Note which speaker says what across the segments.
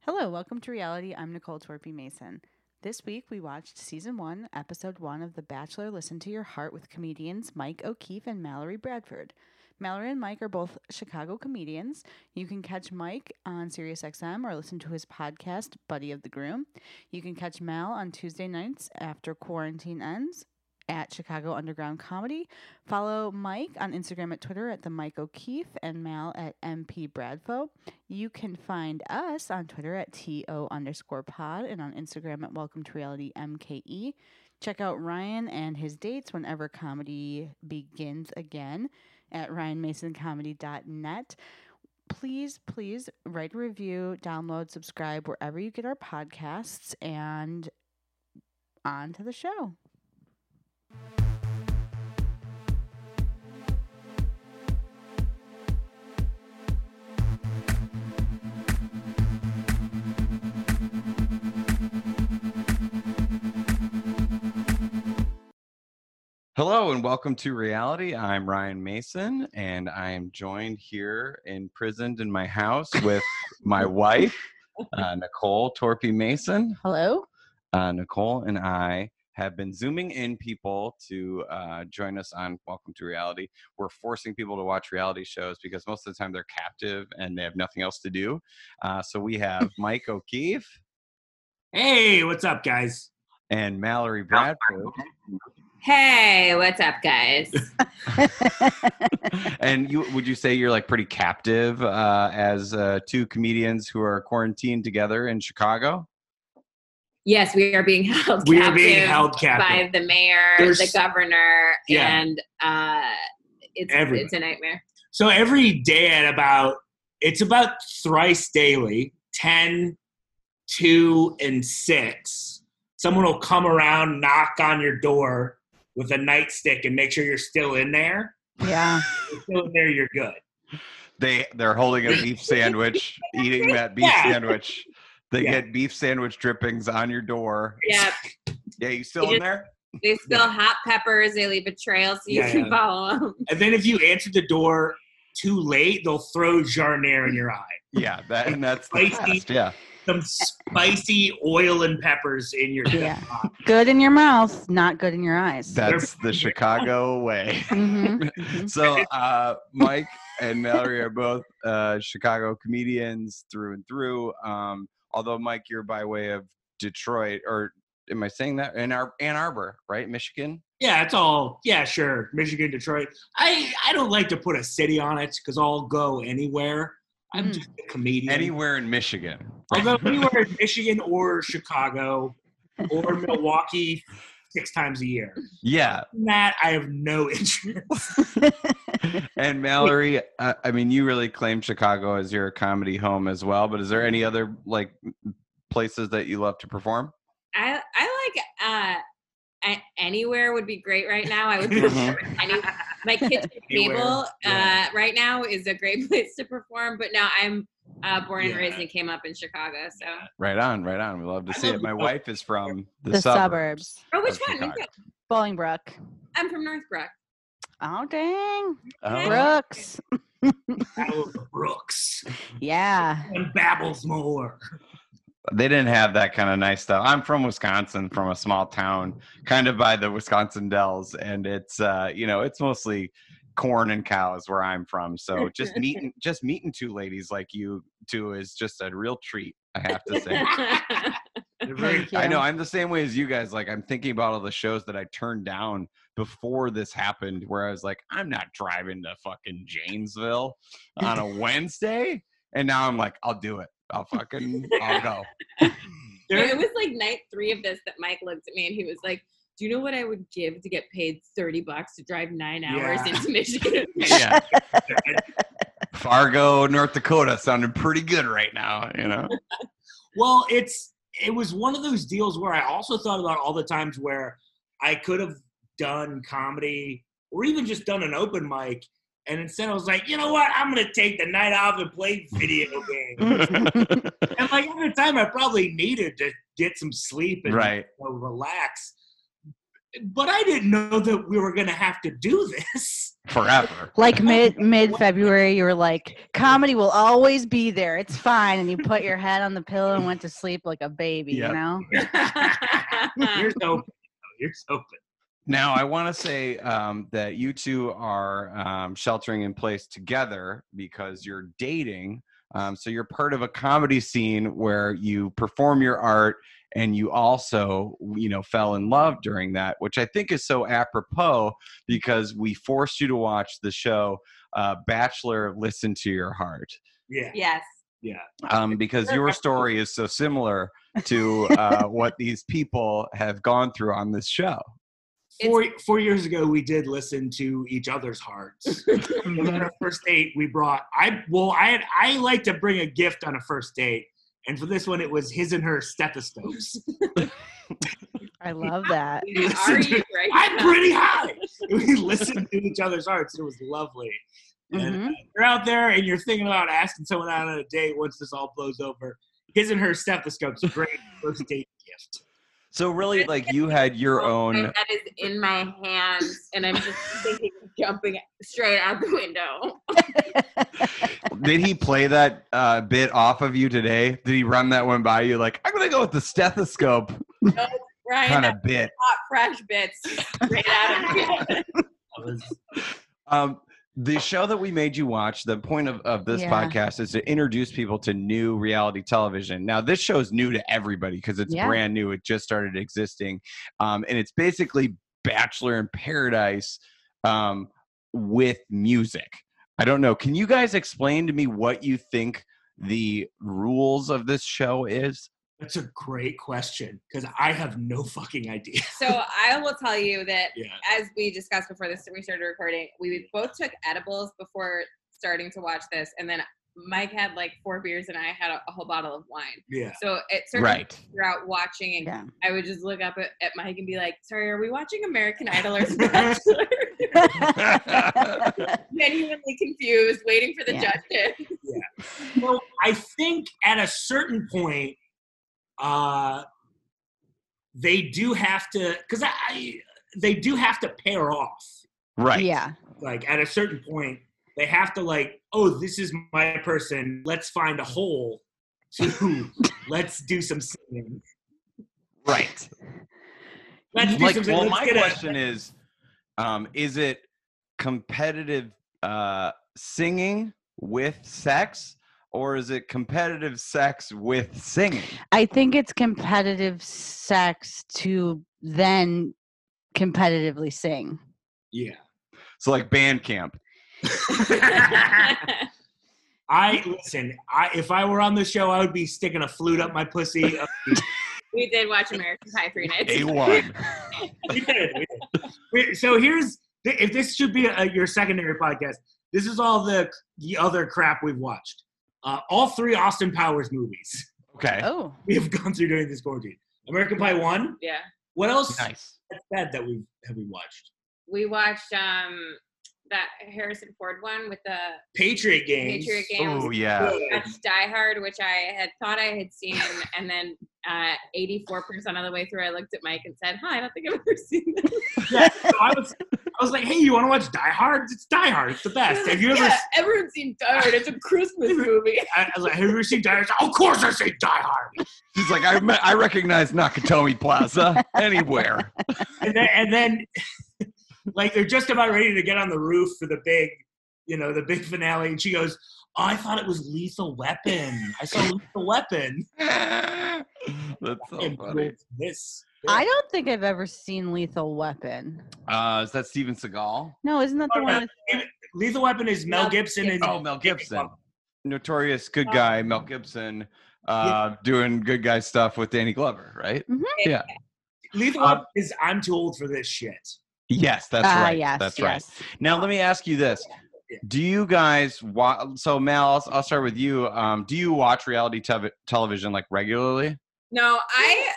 Speaker 1: Hello, welcome to reality. I'm Nicole Torpy Mason. This week we watched season one, episode one of The Bachelor Listen to Your Heart with comedians Mike O'Keefe and Mallory Bradford. Mallory and Mike are both Chicago comedians. You can catch Mike on SiriusXM or listen to his podcast, Buddy of the Groom. You can catch Mal on Tuesday nights after quarantine ends at Chicago Underground Comedy. Follow Mike on Instagram and Twitter at the Mike O'Keefe and Mal at MP Bradfo. You can find us on Twitter at TO underscore pod and on Instagram at Welcome to Reality MKE. Check out Ryan and his dates whenever comedy begins again at ryanmasoncomedy.net please, please write a review, download, subscribe wherever you get our podcasts, and on to the show.
Speaker 2: Hello and welcome to reality. I'm Ryan Mason and I am joined here imprisoned in my house with my wife, uh, Nicole Torpy Mason.
Speaker 1: Hello.
Speaker 2: Uh, Nicole and I have been zooming in people to uh, join us on Welcome to Reality. We're forcing people to watch reality shows because most of the time they're captive and they have nothing else to do. Uh, so we have Mike O'Keefe
Speaker 3: Hey, what's up, guys?
Speaker 2: and Mallory Bradford.
Speaker 4: Hey, what's up, guys?
Speaker 2: and you would you say you're like pretty captive uh, as uh, two comedians who are quarantined together in Chicago?
Speaker 4: yes, we are being held.
Speaker 3: We are being
Speaker 4: captive
Speaker 3: held
Speaker 4: by
Speaker 3: captive.
Speaker 4: the mayor, the
Speaker 3: There's-
Speaker 4: governor,
Speaker 3: Yeah.
Speaker 4: and uh, it's
Speaker 3: Everyone.
Speaker 4: it's a nightmare.
Speaker 3: So every day at about it's about thrice daily, 10, 2, and 6. Someone will come around, knock on your door with a nightstick and make sure you're still in there.
Speaker 1: Yeah.
Speaker 3: If you're still in there, you're good.
Speaker 2: They they're holding a beef sandwich, eating that beef
Speaker 3: Yeah.
Speaker 2: sandwich. They
Speaker 3: Yeah.
Speaker 2: get beef sandwich drippings on your door.
Speaker 4: Yeah,
Speaker 2: Yeah, you still in there?
Speaker 4: they spill hot peppers. They leave a trail so you
Speaker 3: Yeah,
Speaker 4: can
Speaker 3: yeah.
Speaker 4: follow 'em. follow them.
Speaker 3: And then if you answer the door too late, they'll throw Jarnier in your eye.
Speaker 2: Yeah, that and that's the
Speaker 3: Spicy.
Speaker 2: best. Yeah,
Speaker 3: Some spicy oil and peppers in your
Speaker 1: Yeah. Good in your mouth, not good in your eyes.
Speaker 2: that's the Chicago way.
Speaker 1: hmm
Speaker 2: so uh, Mike and Mallory are both uh, Chicago comedians through and through. Um, although Mike, you're by way of Detroit, or am I saying that? In Ar- Ann Arbor, right, Michigan.
Speaker 3: Yeah, it's all yeah, sure. Michigan, Detroit. I I don't like to put a city on it because I'll go anywhere. I'm
Speaker 1: Mm.
Speaker 3: just a comedian.
Speaker 2: Anywhere in Michigan.
Speaker 3: I'll go anywhere in Michigan or Chicago or Milwaukee six times a year.
Speaker 2: yeah,
Speaker 3: In That I have no interest.
Speaker 2: and Mallory, uh, I mean, you really claim Chicago as your comedy home as well. But is there any other like places that you love to perform?
Speaker 4: I I like uh, I, anywhere would be great right now. I would perform at any, my kitchen
Speaker 3: Uh-huh. Anywhere,
Speaker 4: table
Speaker 3: yeah.
Speaker 4: uh, right now is a great place to perform. But no, I'm uh, born and
Speaker 3: Yeah.
Speaker 4: raised and came up in Chicago. So,
Speaker 2: Right on, right on. We love to
Speaker 3: I
Speaker 2: see
Speaker 3: love
Speaker 2: it. My
Speaker 3: the-
Speaker 2: wife is from the,
Speaker 1: the
Speaker 2: suburbs.
Speaker 1: suburbs.
Speaker 4: oh, which
Speaker 2: Of
Speaker 4: one?
Speaker 2: Chicago.
Speaker 4: Okay.
Speaker 1: Bolingbrook.
Speaker 4: I'm from Northbrook.
Speaker 1: Oh, dang.
Speaker 2: Oh,
Speaker 1: Brooks.
Speaker 3: Out of Brooks
Speaker 1: Yeah.
Speaker 3: and babbles more.
Speaker 2: they didn't have that kind of nice stuff. I'm from Wisconsin, from a small town, kind of by the Wisconsin Dells, and it's uh, you know it's mostly corn and cows where I'm from. So just meeting just meeting two ladies like you two is just a real treat. I have to say.
Speaker 3: They're very-
Speaker 1: Thank you.
Speaker 2: I know I'm the same way as you guys. Like I'm thinking about all the shows that I turned down before this happened, where I was like, I'm not driving to fucking Janesville on a Wednesday, and now I'm like, I'll do it. I'll fucking I'll go.
Speaker 4: Yeah,
Speaker 3: they're-
Speaker 4: it was like night three of this that Mike looked at me and he was like, "Do you know what I would give to get paid thirty bucks to drive nine hours
Speaker 3: Yeah.
Speaker 4: into Michigan?"
Speaker 2: yeah. Fargo, North Dakota sounded pretty good right now, you know?
Speaker 3: Well, it's it was one of those deals where I also thought about all the times where I could have done comedy or even just done an open mic, and instead I was like, you know what, I'm gonna take the night off and play video games. and like at the time, I probably needed to get some sleep and
Speaker 2: right.
Speaker 3: you know, relax. but I didn't know that we were going to have to do this.
Speaker 2: forever.
Speaker 1: Like mid mid February, you were like, comedy will always be there. It's fine. And you put your head on the pillow and went to sleep like a baby,
Speaker 2: Yep.
Speaker 1: you know?
Speaker 3: Here's open. Here's open.
Speaker 2: Now, I want to say um, that you two are um, sheltering in place together because you're dating. Um, so you're part of a comedy scene where you perform your art and you also, you know, fell in love during that, which I think is so apropos because we forced you to watch the show uh, Bachelor Listen to Your Heart
Speaker 3: Yeah.
Speaker 4: Yes.
Speaker 2: um, because your story is so similar to uh, what these people have gone through on this show.
Speaker 3: Four, four years ago, we did listen to each other's hearts. and on our first date, we brought, I, well, I had, I like to bring a gift on a first date. And for this one, it was his and her stethoscopes.
Speaker 1: I love that.
Speaker 4: We are you right
Speaker 3: I'm
Speaker 4: now.
Speaker 3: pretty high. we listened to each other's hearts. It was lovely. And
Speaker 1: Mhm.
Speaker 3: you're out there and you're thinking about asking someone out on a date once this all blows over. His and her stethoscopes, a great first date gift.
Speaker 2: So really, like you had your
Speaker 4: My
Speaker 2: own.
Speaker 4: head is in my hands, and I'm just thinking of jumping straight out the window.
Speaker 2: Did he play that uh, bit off of you today? Did he run that one by you? Like I'm gonna go with the stethoscope
Speaker 4: Ryan,
Speaker 2: kind
Speaker 4: that's
Speaker 2: of bit.
Speaker 4: hot fresh bits straight out of
Speaker 3: That was-
Speaker 2: Um, the show that we made you watch, the point of, of this
Speaker 1: Yeah.
Speaker 2: podcast is to introduce people to new reality television. Now, this show is new to everybody because it's
Speaker 1: Yeah.
Speaker 2: brand new. It just started existing. Um, and it's basically Bachelor in Paradise um, with music. I don't know. Can you guys explain to me what you think the rules of this show is?
Speaker 3: that's a great question because I have no fucking idea.
Speaker 4: So I will tell you that
Speaker 3: Yeah.
Speaker 4: as we discussed before this we started recording, we both took edibles before starting to watch this, and then Mike had like four beers and I had a, a whole bottle of wine.
Speaker 3: Yeah.
Speaker 4: So it sort of
Speaker 2: Right.
Speaker 4: throughout watching, and
Speaker 1: Yeah.
Speaker 4: I would just look up at, at Mike and be like, "Sorry, are we watching American Idol or Bachelor?" Genuinely confused, waiting for the
Speaker 1: Yeah.
Speaker 4: judges.
Speaker 3: Well, I think at a certain point, uh, they do have to, because I, I, they do have to pair off.
Speaker 2: Right.
Speaker 1: Yeah.
Speaker 3: Like at a certain point, they have to like, oh, this is my person. Let's find a hole. To let's do some singing.
Speaker 2: Right.
Speaker 3: Let's do
Speaker 2: like,
Speaker 3: some singing.
Speaker 2: well,
Speaker 3: Let's
Speaker 2: my
Speaker 3: get a-
Speaker 2: question is, um, is it competitive uh, singing with sex, or is it competitive sex with singing?
Speaker 1: I think it's competitive sex to then competitively sing.
Speaker 3: yeah.
Speaker 2: So, like band camp.
Speaker 3: I listen. I if I were on the show, I would be sticking a flute up my pussy.
Speaker 4: we did watch American Pie three nights.
Speaker 2: A one.
Speaker 3: we did. We did. We- So here's the, if this should be a, your secondary podcast. This is all the the other crap we've watched. Uh, all three Austin Powers movies
Speaker 2: Okay.
Speaker 1: Oh.
Speaker 3: we have gone through during this quarantine. American Pie one.
Speaker 4: Yeah,
Speaker 3: What else
Speaker 2: Nice.
Speaker 3: has bad that we have we watched?
Speaker 4: we watched um that Harrison Ford one with the
Speaker 3: Patriot Games.
Speaker 4: Patriot Games.
Speaker 2: Oh yeah.
Speaker 4: I watched Die Hard, which I had thought I had seen, and then uh, 84% of the way through, I looked at Mike and said, "Huh, I don't think I've ever seen this."
Speaker 3: Yeah, so I was I was like, hey, you want to watch Die Hard? It's Die Hard. It's the best. Have you ever?
Speaker 4: yeah, everyone's seen Die Hard. It's a Christmas movie.
Speaker 3: I, I was like, have you ever seen Die Hard? Of course, I say Die Hard.
Speaker 2: She's like, I me- I recognize Nakatomi Plaza anywhere.
Speaker 3: and then, and then like they're just about ready to get on the roof for the big you know the big finale and she goes oh, i thought it was lethal weapon i saw lethal weapon
Speaker 2: That's so
Speaker 3: And
Speaker 2: funny.
Speaker 3: it's this
Speaker 1: I don't think I've ever seen Lethal Weapon.
Speaker 2: Uh, is that Steven Seagal?
Speaker 1: No, isn't that the
Speaker 3: Oh,
Speaker 1: one
Speaker 3: no.
Speaker 1: with
Speaker 3: lethal weapon is mel
Speaker 4: Mel
Speaker 3: gibson and
Speaker 2: Oh, Mel Gibson. Notorious good guy Mel Gibson uh, doing good guy stuff with Danny Glover, right?
Speaker 3: lethal
Speaker 2: Um,
Speaker 3: weapon is i'm too old for this shit
Speaker 2: Yes, that's
Speaker 1: Ah,
Speaker 2: right.
Speaker 1: yes,
Speaker 2: that's right.
Speaker 1: yes.
Speaker 2: Now let me ask you this:
Speaker 3: Yeah.
Speaker 2: Do you guys watch? So Mel, I'll, I'll start with you. Um, do you watch reality tev- television like regularly?
Speaker 4: No, I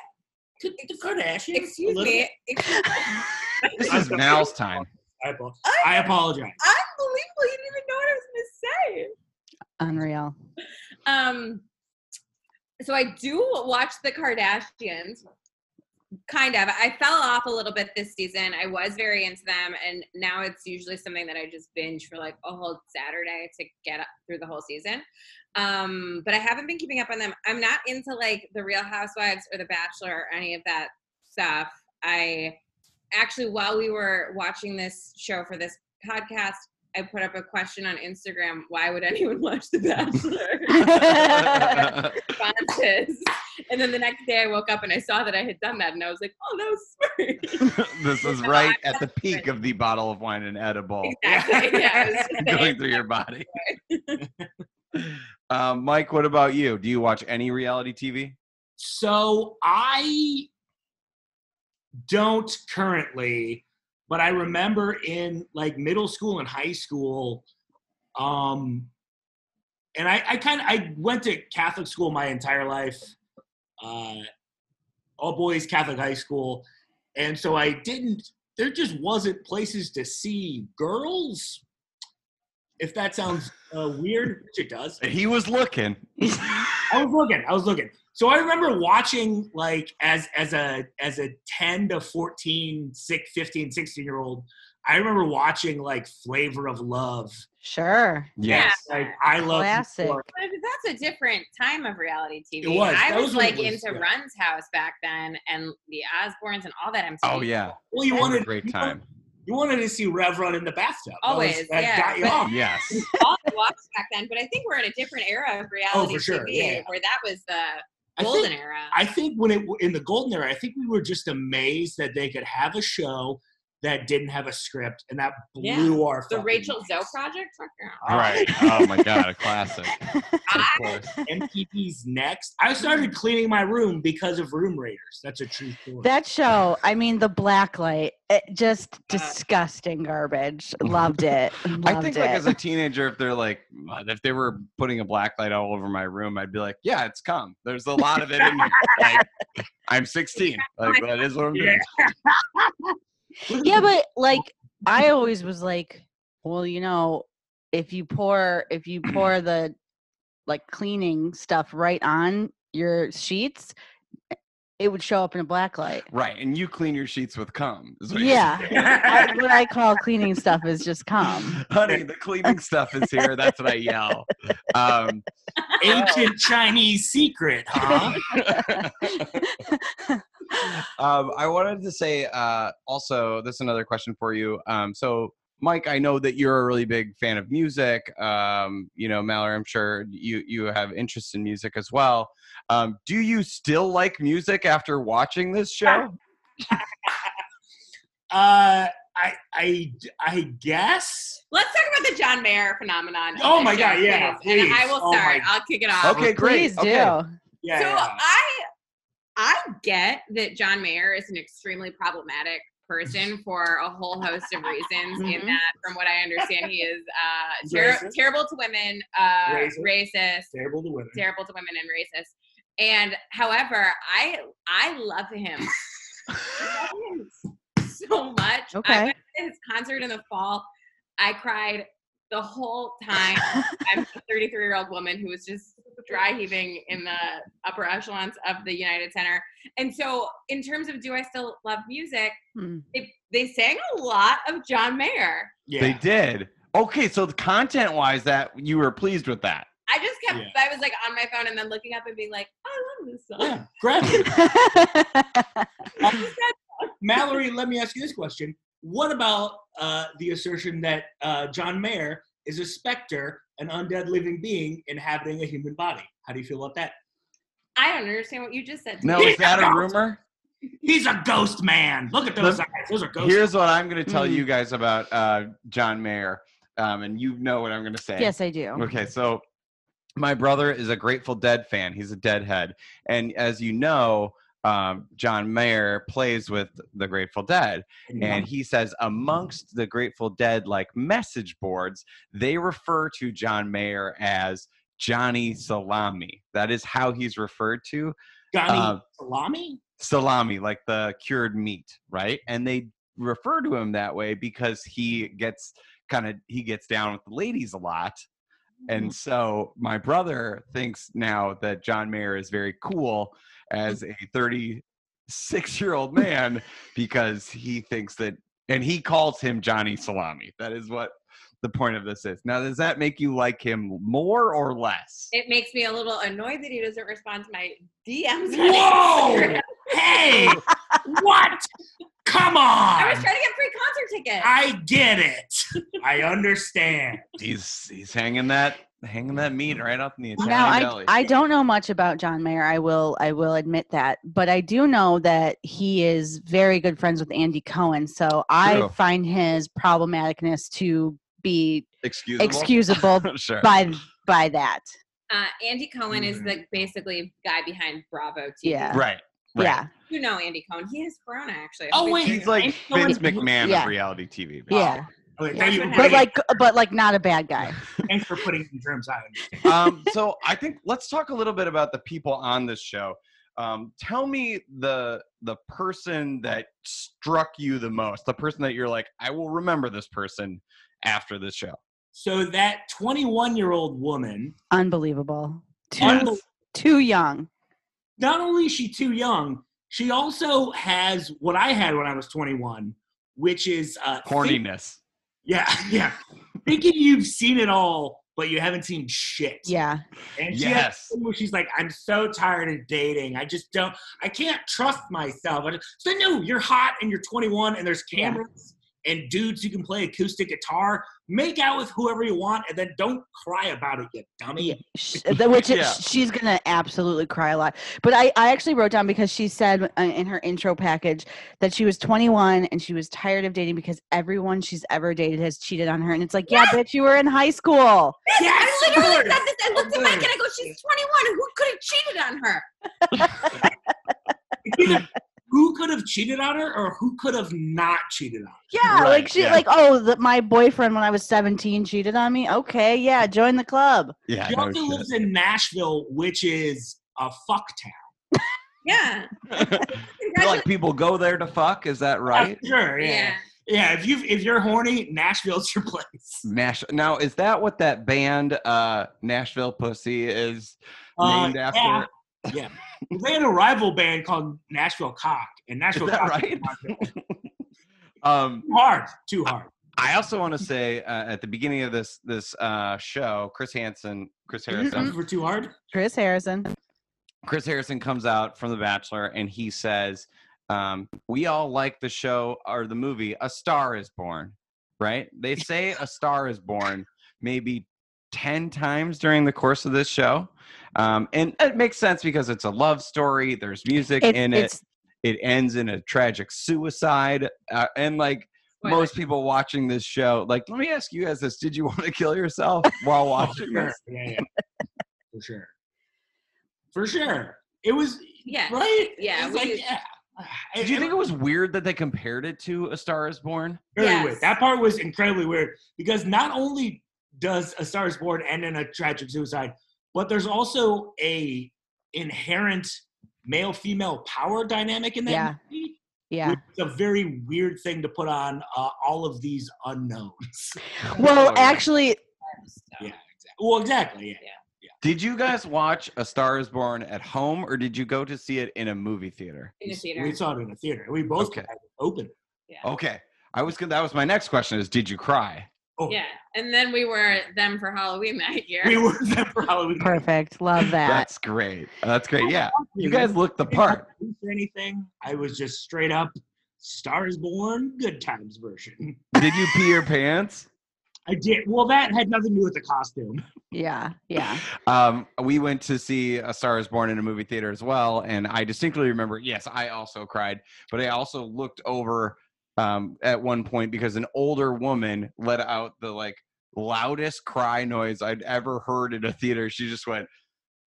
Speaker 3: the kardashians
Speaker 4: excuse me. excuse-
Speaker 2: This is
Speaker 3: I'm-
Speaker 2: Mal's time.
Speaker 3: i apo- I apologize
Speaker 4: Unbelievable! You didn't even know what I was going to say.
Speaker 1: Unreal?
Speaker 4: Um, so I do watch the Kardashians. kind of. I fell off a little bit this season. I was very into them, and now it's usually something that I just binge for like a whole Saturday to get up through the whole season. Um, but I haven't been keeping up on them. I'm not into like the Real Housewives or The Bachelor or any of that stuff. I actually, while we were watching this show for this podcast, I put up a question on Instagram: Why would anyone watch The Bachelor? responses. And then the next day I woke up and I saw that I had done that and I was like, oh, that was smart.
Speaker 2: this is right at the peak of the bottle of wine and edible
Speaker 4: exactly. Yeah, I was just
Speaker 2: going
Speaker 4: saying.
Speaker 2: through your body. um, Mike, what about you? Do you watch any reality TV?
Speaker 3: So I don't currently, but I remember in like middle school and high school, um, and I, I kind of I went to Catholic school my entire life, uh, all boys Catholic high school, and so I didn't. There just wasn't places to see girls. If that sounds uh, weird, which it does.
Speaker 2: He was looking.
Speaker 3: I was looking. I was looking. So I remember watching like as as a as a 10 to 14, 6, 15, 16 year old, I remember watching like Flavor of Love.
Speaker 1: Sure.
Speaker 4: Yeah.
Speaker 2: Yes.
Speaker 3: Like I love You
Speaker 1: Classic.
Speaker 3: More.
Speaker 4: But that's a different time of reality TV.
Speaker 3: It was.
Speaker 4: I
Speaker 3: That
Speaker 4: was,
Speaker 3: was when
Speaker 4: like
Speaker 3: it was,
Speaker 4: into
Speaker 3: yeah.
Speaker 4: Run's House back then and the Osbournes and all that MTV.
Speaker 2: Oh yeah.
Speaker 3: Well, you
Speaker 2: What a
Speaker 3: wanted
Speaker 2: great
Speaker 3: you
Speaker 2: time.
Speaker 3: wanted- You wanted to see Rev Run in the bathtub. That was-
Speaker 4: Always,
Speaker 3: that
Speaker 4: yeah,
Speaker 3: got you
Speaker 4: but-
Speaker 3: off.
Speaker 2: Yes.
Speaker 4: all I watched back then, but I think we're in a different era of
Speaker 3: Oh,
Speaker 4: reality
Speaker 3: for sure,
Speaker 4: TV
Speaker 3: yeah.
Speaker 4: where that was the
Speaker 3: I
Speaker 4: golden
Speaker 3: think,
Speaker 4: era.
Speaker 3: I think when it in the golden era, I think we were just amazed that they could have a show that didn't have a script, and that
Speaker 4: Yeah.
Speaker 3: blew our
Speaker 4: the
Speaker 3: fucking
Speaker 4: Rachel Zoe
Speaker 3: minds.
Speaker 4: project? Fuck no.
Speaker 2: Right. Oh my god, a classic. Of
Speaker 4: I-
Speaker 2: course.
Speaker 3: MTV's next. I started cleaning my room because of Room Raiders. That's a true story.
Speaker 1: That show, I mean, the black light, it, just disgusting garbage. Loved it. Loved
Speaker 2: I think
Speaker 1: it.
Speaker 2: like as a teenager, if they're like if they were putting a black light all over my room, I'd be like, Yeah, it's come. There's a lot of it in here. Like, I'm sixteen. Like that is what I'm doing.
Speaker 1: yeah, but like I always was like, well, you know, if you pour if you pour the like cleaning stuff right on your sheets, it would show up in a black light.
Speaker 2: Right. And you clean your sheets with cum. is what you're
Speaker 1: Yeah.
Speaker 3: yeah.
Speaker 1: I- what I call cleaning stuff is just cum.
Speaker 2: Honey, the cleaning stuff is here. That's what I yell. Um,
Speaker 3: Ancient Chinese secret, huh?
Speaker 2: um, I wanted to say uh, also, this is another question for you. Um, so, Mike, I know that you're a really big fan of music. Um, you know, Mallory, I'm sure you you have interest in music as well. Um, do you still like music after watching this show?
Speaker 3: Uh, I, I, I guess.
Speaker 4: Let's talk about the John Mayer phenomenon. on
Speaker 3: Oh
Speaker 4: this
Speaker 3: my
Speaker 4: show,
Speaker 3: God, yeah,
Speaker 4: And I
Speaker 3: please.
Speaker 4: will
Speaker 3: Oh my-
Speaker 4: start. I'll kick it off.
Speaker 2: Okay, great.
Speaker 1: Please
Speaker 2: okay.
Speaker 1: do.
Speaker 3: Yeah.
Speaker 4: so
Speaker 1: uh,
Speaker 3: yeah.
Speaker 4: I I get that John Mayer is an extremely problematic person for a whole host of reasons.
Speaker 1: Mhm.
Speaker 4: In that, from what I understand, he is uh, ter-
Speaker 3: Mm-hmm. Racist.
Speaker 4: terrible to women, uh,
Speaker 3: Racist.
Speaker 4: racist,
Speaker 3: Terrible to women.
Speaker 4: terrible to women, and racist. And however, I I love him. I love him so much. I
Speaker 1: Okay.
Speaker 4: went to his concert in the fall. I cried the whole time. I'm a 33 year old woman who was just dry heaving in the upper echelons of the United Center. And so, in terms of do I still love music,
Speaker 1: Mm.
Speaker 4: it, they sang a lot of John Mayer.
Speaker 3: Yeah.
Speaker 2: They did. Okay, so the content wise, that you were pleased with that.
Speaker 4: I just kept,
Speaker 3: Yeah.
Speaker 4: I was like on my phone and then looking up and being like, "Oh, I love this song.
Speaker 3: yeah. Gretchen, Mallory, let me ask you this question. What about uh, the assertion that uh, John Mayer is a specter, an undead living being inhabiting a human body? How do you feel about that?
Speaker 4: I don't understand what you just said. to
Speaker 2: Now,
Speaker 4: me.
Speaker 2: is that a rumor?
Speaker 3: He's a ghost man. Look at those eyes. Those are ghosts.
Speaker 2: Here's what I'm going to tell
Speaker 1: Mm.
Speaker 2: you guys about uh, John Mayer, um, and you know what I'm going to say.
Speaker 1: yes, I do.
Speaker 2: Okay, so my brother is a Grateful Dead fan. He's a Deadhead, and as you know, um, John Mayer plays with the Grateful Dead, and he says amongst the Grateful Dead like message boards, they refer to John Mayer as Johnny Salami. That is how he's referred to.
Speaker 3: Johnny
Speaker 2: uh,
Speaker 3: Salami?
Speaker 2: salami, like the cured meat, right? And they refer to him that way because he gets kind of he gets down with the ladies a lot.
Speaker 1: Mm-hmm.
Speaker 2: And so my brother thinks now that John Mayer is very cool as a 30 six year old man because he thinks that, and he calls him Johnny Salami. That is what the point of this is. Now, does that make you like him more or less?
Speaker 4: It makes me a little annoyed that he doesn't respond to my DMs. on
Speaker 3: Whoa!
Speaker 4: Instagram.
Speaker 3: hey! What? Come
Speaker 4: I was
Speaker 3: on!
Speaker 4: trying to get free concert tickets.
Speaker 3: I get it. I understand.
Speaker 2: He's he's hanging that hanging that meat right up in the Italian
Speaker 1: Now I,
Speaker 2: deli.
Speaker 1: I don't know much about John Mayer. I will I will admit that, but I do know that he is very good friends with Andy Cohen. So I
Speaker 2: True.
Speaker 1: find his problematicness to be
Speaker 2: Excusable.
Speaker 1: excusable
Speaker 2: sure.
Speaker 1: by by that.
Speaker 4: uh, Andy Cohen is
Speaker 3: Mhm.
Speaker 2: Mm.
Speaker 4: the basically guy behind Bravo TV.
Speaker 1: Yeah.
Speaker 2: Right. Right.
Speaker 1: uh, Yeah,
Speaker 4: You know Andy Cohen. He has Corona actually.
Speaker 3: Oh, wait,
Speaker 2: He's like
Speaker 3: Someone-
Speaker 2: Vince McMahon
Speaker 1: Yeah.
Speaker 2: of reality TV.
Speaker 1: yeah,
Speaker 3: Okay, thank you for
Speaker 4: But
Speaker 1: but
Speaker 3: putting,
Speaker 1: like but like not a bad guy.
Speaker 3: thanks for putting some terms out.
Speaker 2: um, so I think let's talk a little bit about the people on this show. Um, tell me the the person that struck you the most, the person that you're like, I will remember this person after this show.
Speaker 3: So that 21 year old woman,
Speaker 1: Unbelievable. Too
Speaker 3: Unbel-
Speaker 1: too young.
Speaker 3: not only is she too young, she also has what I had when I was 21, which is uh, think-
Speaker 2: Horniness.
Speaker 3: yeah, yeah. Thinking you've seen it all, but you haven't seen shit.
Speaker 1: Yeah,
Speaker 3: And she has
Speaker 2: Yes.
Speaker 3: this thing where she's like, I'm so tired of dating. I just don't, I can't trust myself. I just- So, no, you're hot and you're 21 and there's
Speaker 1: Yeah.
Speaker 3: cameras and dudes who can play acoustic guitar. Make out with whoever you want and then don't cry about it, you dummy.
Speaker 1: Sh- the- which is-
Speaker 2: Yeah.
Speaker 1: she's gonna absolutely cry a lot. But I, I actually wrote down because she said uh, in her intro package that she was 21 and she was tired of dating because everyone she's ever dated has cheated on her. And it's like, yeah, bitch, you were in high school.
Speaker 3: Yes,
Speaker 4: I literally
Speaker 3: Lord.
Speaker 4: said this. I looked at Mike and I go, "She's 21. Who could have cheated on her?"
Speaker 3: Either who could have cheated on her or who could have not cheated on her?
Speaker 1: Yeah,
Speaker 2: Right,
Speaker 1: like she,
Speaker 2: yeah.
Speaker 1: like oh, the, my boyfriend when I was 17 cheated on me. Okay, yeah, join the club.
Speaker 2: Yeah.
Speaker 3: She
Speaker 2: no
Speaker 3: also
Speaker 2: shit.
Speaker 3: lives in Nashville, which is a fuck town.
Speaker 4: Yeah.
Speaker 2: You're
Speaker 4: Congratulations.
Speaker 2: like people go there to fuck. Is that right?
Speaker 3: Yeah, sure, yeah. yeah.
Speaker 4: yeah.
Speaker 3: if you if you're horny, Nashville's your place.
Speaker 2: Nash. Now, is that what that band, uh, Nashville Pussy, is
Speaker 3: Uh,
Speaker 2: named after?
Speaker 3: yeah. Well, they had a rival band called Nashville Cock, and Nashville
Speaker 2: Is that
Speaker 3: Cock
Speaker 2: right? Um,
Speaker 3: too hard, too hard.
Speaker 2: I also want to say uh, at the beginning of this this uh, show, Chris Hansen, Chris Harrison,
Speaker 3: Something for too hard.
Speaker 1: Chris Harrison.
Speaker 2: Chris Harrison comes out from The Bachelor and he says, um, "We all like the show or the movie A Star Is Born, right? They say A Star Is Born maybe ten times during the course of this show, um, and it makes sense because it's a love story. There's music
Speaker 1: It,
Speaker 2: in it.
Speaker 1: it's
Speaker 2: It ends in a tragic suicide, uh, and like."
Speaker 4: Spoiler.
Speaker 2: most people watching this show like let me ask you guys this did you want to kill yourself while watching
Speaker 3: Oh, Sure,
Speaker 2: this
Speaker 3: yeah, yeah. for sure, for sure. It was
Speaker 4: Yeah.
Speaker 3: right.
Speaker 4: Uh, Yeah,
Speaker 3: It's
Speaker 4: we
Speaker 3: like,
Speaker 4: did-
Speaker 3: yeah.
Speaker 2: did you think it was weird that they compared it to a star is born
Speaker 3: Very
Speaker 4: Yes.
Speaker 3: weird. That part was incredibly weird because not only does a Star is Born end in a tragic suicide, but there's also a inherent male female power dynamic in that
Speaker 1: Yeah.
Speaker 3: movie.
Speaker 1: yeah.
Speaker 3: Which is a very weird thing to put on uh, all of these unknowns.
Speaker 1: Well,
Speaker 2: Oh, yeah.
Speaker 1: actually,
Speaker 4: So,
Speaker 3: well, exactly. Yeah.
Speaker 2: did you guys watch a star is born at home or did you go to see it in a movie theater
Speaker 4: In the
Speaker 3: We
Speaker 4: theater.
Speaker 3: saw it in a theater. We both
Speaker 2: Okay.
Speaker 3: open.
Speaker 2: okay i was gonna that was my next question is did you cry
Speaker 3: Oh,
Speaker 4: Yeah. And then we were them for Halloween that year.
Speaker 3: We were there for Halloween.
Speaker 1: perfect. Love that.
Speaker 2: that's great that's great yeah you guys looked the
Speaker 3: I did not
Speaker 2: part
Speaker 3: produce anything. I was just straight up Star is Born, Good Times version.
Speaker 2: did you pee your pants
Speaker 3: I did. Well, that had nothing to do with the costume.
Speaker 1: Yeah, yeah.
Speaker 2: um, we went to see A Star Is Born in a movie theater as well, and I distinctly remember. Yes, I also cried, but I also looked over um, at one point because an older woman let out the like loudest cry noise I'd ever heard in a theater. She just went,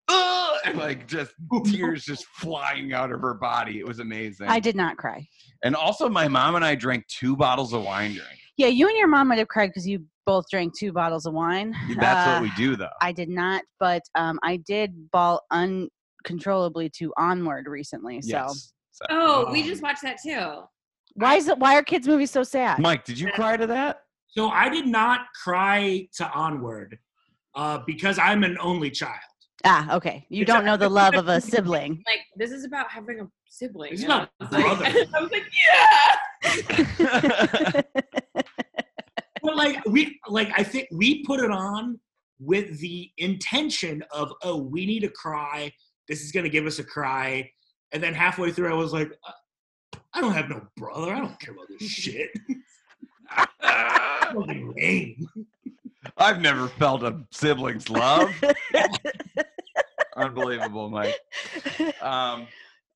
Speaker 2: Ugh! and like just tears just flying out of her body. It was amazing.
Speaker 1: I did not cry.
Speaker 2: And also, my mom and I drank two bottles of wine during.
Speaker 1: Yeah, you and your mom might have cried because you both drank two bottles of wine.
Speaker 2: That's
Speaker 1: Uh,
Speaker 2: what we do, though.
Speaker 1: I did not, but um, I did ball uncontrollably to Onward recently. So
Speaker 2: yes. So-
Speaker 4: Oh,
Speaker 2: Um,
Speaker 4: we just watched that too.
Speaker 1: why is it? Why are kids' movies so sad?
Speaker 2: Mike, did you cry to that?
Speaker 3: So I did not cry to Onward uh, because I'm an only child.
Speaker 1: ah, okay. You don't know the love of a sibling.
Speaker 4: Like this is about having a sibling.
Speaker 3: It's
Speaker 4: And I
Speaker 3: about
Speaker 4: was like-
Speaker 3: brothers.
Speaker 4: I was like, yeah.
Speaker 3: but like we like I think we put it on with the intention of oh we need a cry this is gonna give us a cry and then halfway through I was like uh, I don't have no brother I don't care about this shit
Speaker 2: I've
Speaker 3: fucking lame
Speaker 2: never felt a sibling's love. Unbelievable, Mike. Um,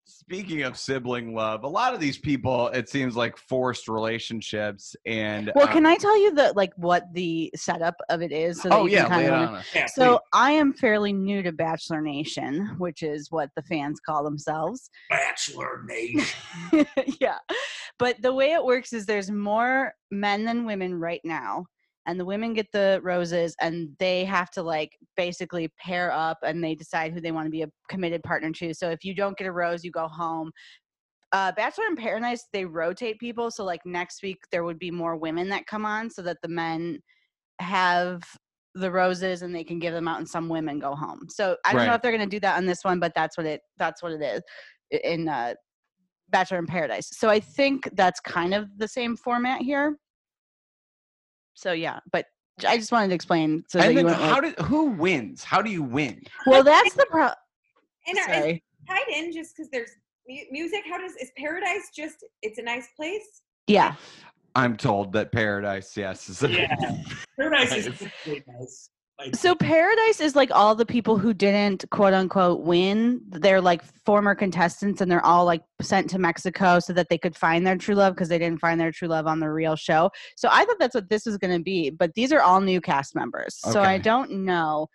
Speaker 2: speaking of sibling love, a lot of these people, it seems like forced relationships. And um,
Speaker 1: well, can I tell you the like what the setup of it is? So that
Speaker 2: oh
Speaker 1: you can kinda
Speaker 2: yeah, lay it
Speaker 1: learn?
Speaker 2: on us.
Speaker 3: Yeah,
Speaker 1: So I am fairly new to Bachelor Nation, which is what the fans call themselves.
Speaker 3: please, bachelor nation
Speaker 1: yeah. But the way it works is there's more men than women right now. And the women get the roses and they have to like basically pair up and they decide who they want to be a committed partner to. So if you don't get a rose, you go home. Uh, Bachelor in Paradise, they rotate people. So like next week, there would be more women that come on so that the men have the roses and they can give them out and some women go home. So I don't know
Speaker 2: Right.
Speaker 1: if they're going to do that on this one, but that's what it, that's what it is i- in uh, Bachelor in Paradise. So I think that's kind of the same format here. So yeah, but j- I just wanted to explain so that
Speaker 2: And
Speaker 1: you
Speaker 2: then
Speaker 1: weren't
Speaker 2: how
Speaker 1: like,
Speaker 2: did who wins? How do you win?
Speaker 1: well, that's the pro.
Speaker 4: And are- is
Speaker 1: Sorry.
Speaker 4: tied in just because there's mu- music? How does is paradise just? It's a nice place.
Speaker 1: Yeah,
Speaker 2: I'm told that paradise, yes, is
Speaker 3: yeah paradise is really nice like
Speaker 1: So Paradise is like all the people who didn't quote unquote win. They're like former contestants and they're all like sent to Mexico so that they could find their true love because they didn't find their true love on the real show. So I thought that's what this was going to be, but these are all new cast members. So I
Speaker 2: Okay.
Speaker 1: don't know.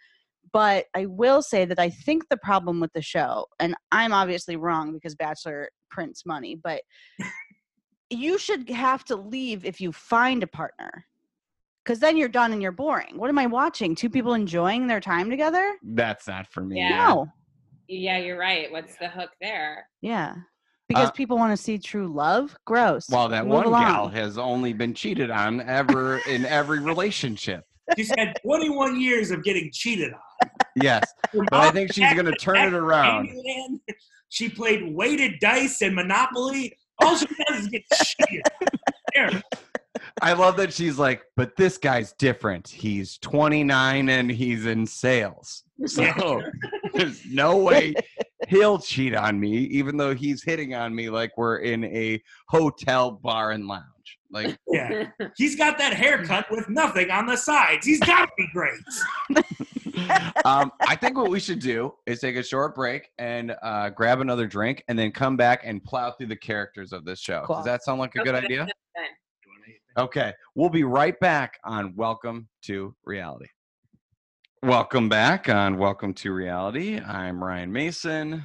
Speaker 1: But I will say that I think the problem with the show, and I'm obviously wrong because Bachelor prints money, but you should have to leave if you find a partner because then you're done and you're boring. What am I watching? Two people enjoying their time together?
Speaker 2: that's not for me.
Speaker 4: Yeah.
Speaker 1: No.
Speaker 4: Yeah, you're right. What's the hook there?
Speaker 1: Yeah. Because people want to see true love? Gross.
Speaker 2: Uh Well, that
Speaker 1: Move
Speaker 2: one gal
Speaker 1: along.
Speaker 2: has only been cheated on ever in every relationship.
Speaker 3: she's had 21 years of getting cheated on
Speaker 2: Yes, but I think she's going to turn it around.
Speaker 3: Candyland. She played weighted dice and Monopoly. All she does is get cheated. There.
Speaker 2: I love that she's like, but this guy's different. He's 29 and he's in sales. So there's no way he'll cheat on me, even though he's hitting on me like we're in a hotel bar and lounge. Like,
Speaker 3: Yeah. He's got that haircut with nothing on the sides. He's got to be great.
Speaker 2: um, I think what we should do is take a short break and uh, grab another drink and then come back and plow through the characters of this show.
Speaker 1: Cool.
Speaker 2: Does that sound like a good
Speaker 4: Okay.
Speaker 2: idea? Okay. We'll be right back on Welcome to Reality. Welcome back on Welcome to Reality. I'm Ryan Mason.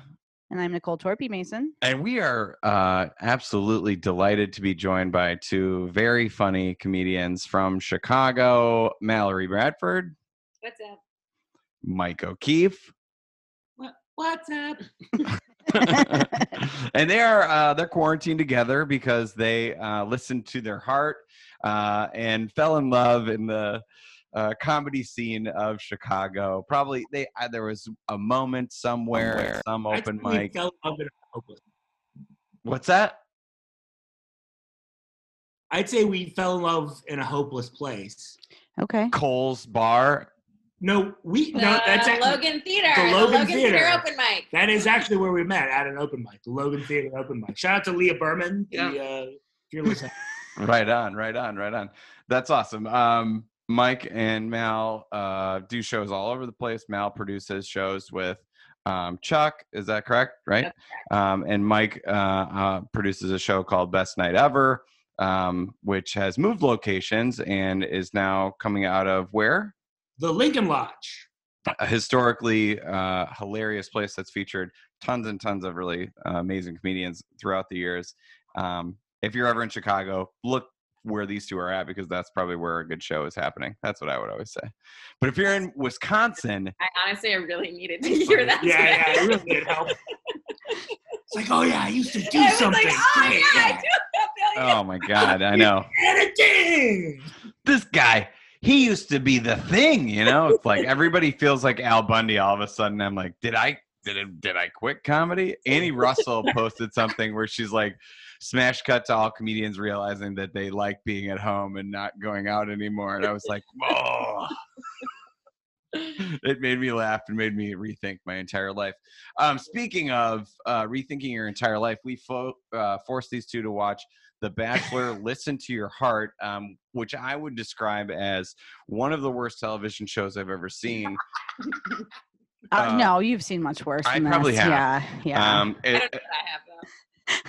Speaker 1: And I'm Nicole Torpy Mason.
Speaker 2: And we are uh, absolutely delighted to be joined by two very funny comedians from Chicago Mallory Bradford,
Speaker 4: What's up?
Speaker 2: Mike O'Keefe.
Speaker 3: What's up?
Speaker 2: and they are uh, they're quarantined together because they uh, listened to their heart uh, and fell in love in the uh, comedy scene of Chicago. Probably they uh, there was a moment somewhere, at some
Speaker 3: I
Speaker 2: open
Speaker 3: totally
Speaker 2: mic.
Speaker 3: fell in love in Oakland.
Speaker 2: What's that?
Speaker 3: I'd say we fell in love in a hopeless place.
Speaker 1: Okay.
Speaker 2: Cole's bar.
Speaker 3: No, we
Speaker 4: The
Speaker 3: no. That's actually,
Speaker 4: Uh, Logan Theater.
Speaker 3: the
Speaker 4: The Logan,
Speaker 3: Logan
Speaker 4: Theater.
Speaker 3: Theater.
Speaker 4: open mic.
Speaker 3: That is actually where we met at an open mic, the Logan Theater open mic. Shout out to Leah Berman, the uh, fearless.
Speaker 2: Right on, right on, right on. That's awesome. Um, Mike and Mal uh, do shows all over the place. Mal produces shows with um, Chuck. Is that correct? Right.
Speaker 4: That's
Speaker 2: Um, and Mike uh, uh, produces a show called Best Night Ever, um, which has moved locations and is now coming out of where?
Speaker 3: the Lincoln Lodge.
Speaker 2: a historically uh, hilarious place that's featured tons and tons of really uh, amazing comedians throughout the years. Um, if you're ever in Chicago, look where these two are at because that's probably where a good show is happening. That's what I would always say. But if you're in Wisconsin,
Speaker 4: I honestly, I really needed to hear that.
Speaker 3: Yeah,
Speaker 4: today.
Speaker 3: yeah, it really did help. It's like, oh yeah, I used to do
Speaker 4: I was
Speaker 3: something.
Speaker 4: like, oh
Speaker 3: great,
Speaker 4: yeah, I do feel you.
Speaker 2: oh my God, I know
Speaker 3: Editing.
Speaker 2: this guy. He used to be the thing, you know. It's like everybody feels like Al Bundy all of a sudden. I'm like, did I did it, did I quit comedy? Annie Russell posted something where she's like, smash cut to all comedians realizing that they like being at home and not going out anymore. And I was like, oh. it made me laugh and made me rethink my entire life. Um, speaking of uh, rethinking your entire life, we fo- uh, forced these two to watch The Bachelor, Listen to Your Heart, um, which I would describe as one of the worst television shows I've ever seen.
Speaker 1: Uh,
Speaker 2: Uh,
Speaker 1: no, you've seen much worse.
Speaker 2: I
Speaker 1: than
Speaker 2: probably
Speaker 1: this.
Speaker 2: have.
Speaker 1: Yeah, yeah.
Speaker 2: Um,
Speaker 4: I
Speaker 2: it-
Speaker 4: don't know that I have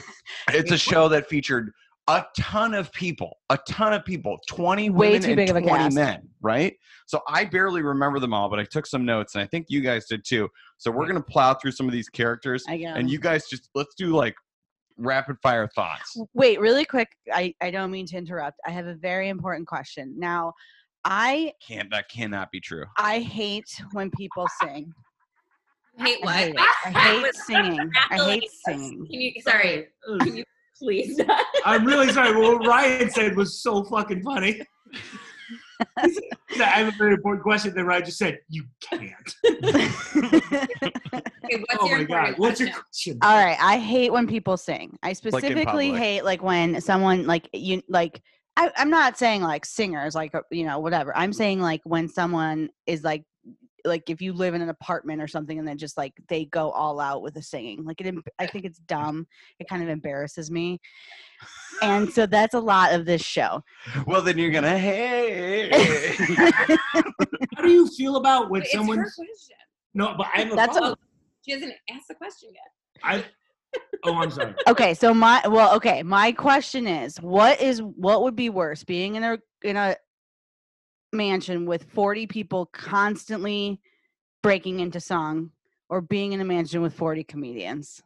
Speaker 4: though.
Speaker 2: it's a show that featured a ton of people, a ton of people, 20
Speaker 1: Way
Speaker 2: women
Speaker 1: too
Speaker 2: and
Speaker 1: big of a
Speaker 2: 20
Speaker 1: cast.
Speaker 2: men, right? So I barely remember them all, but I took some notes and I think you guys did too. So we're going to plow through some of these characters
Speaker 1: I guess.
Speaker 2: and you guys just let's do like rapid fire thoughts.
Speaker 1: Wait, really quick. I, I don't mean to interrupt. I have a very important question. Now, I
Speaker 2: Can't that cannot be true.
Speaker 1: I hate when people sing.
Speaker 4: Hate
Speaker 1: I
Speaker 4: what?
Speaker 1: hate, it. I hate singing. I hate singing.
Speaker 4: Can you, sorry,
Speaker 3: Ugh.
Speaker 4: can you please not?
Speaker 3: I'm really sorry. but What Ryan said was so fucking funny. He said, I have a very important question. Then Ryan just said, "You can't."
Speaker 4: Okay, what's
Speaker 3: oh
Speaker 4: your
Speaker 3: my god!
Speaker 4: important
Speaker 3: What's your question?
Speaker 4: question?
Speaker 1: All right, I hate when people sing. I specifically
Speaker 2: public.
Speaker 1: hate like when someone like you like I, I'm not saying like singers like uh, you know whatever. I'm saying like when someone is like like if you live in an apartment or something and then just like they go all out with the singing. Like it, em- I think it's dumb. It kind of embarrasses me, and so that's a lot of this show.
Speaker 2: Well, then you're going to hey.
Speaker 3: How do you feel about when
Speaker 4: Wait, it's her
Speaker 3: someone's
Speaker 4: question.
Speaker 3: no? But I have a
Speaker 1: That's a-
Speaker 3: follow-up.
Speaker 4: She hasn't asked the question yet.
Speaker 3: I- oh, I'm sorry.
Speaker 1: okay so my well okay my question is what is what would be worse being in a in a mansion with 40 people constantly breaking into song or being in a mansion with 40 comedians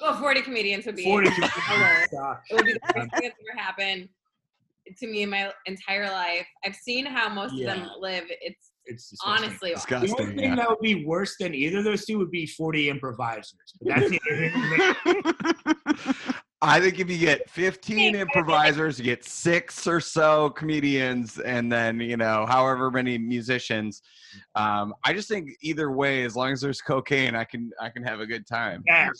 Speaker 4: Well, 40 comedians would be
Speaker 3: Forty.
Speaker 4: Hello.
Speaker 3: Uh,
Speaker 4: It would be the worst thing that's ever happened to me in my entire life. I've seen how most of them
Speaker 3: Yeah.
Speaker 4: live. It's
Speaker 3: It's disgusting.
Speaker 4: honestly awful.
Speaker 3: The only
Speaker 2: Disgusting.
Speaker 3: thing
Speaker 2: yeah.
Speaker 3: that would be worse than either of those two would be 40 improvisers. But that's it.
Speaker 2: I think if you get 15 improvisers, you get six or so comedians, and then, you know, however many musicians. Um, I just think either way, as long as there's cocaine, I can I can have a good time.
Speaker 3: yeah.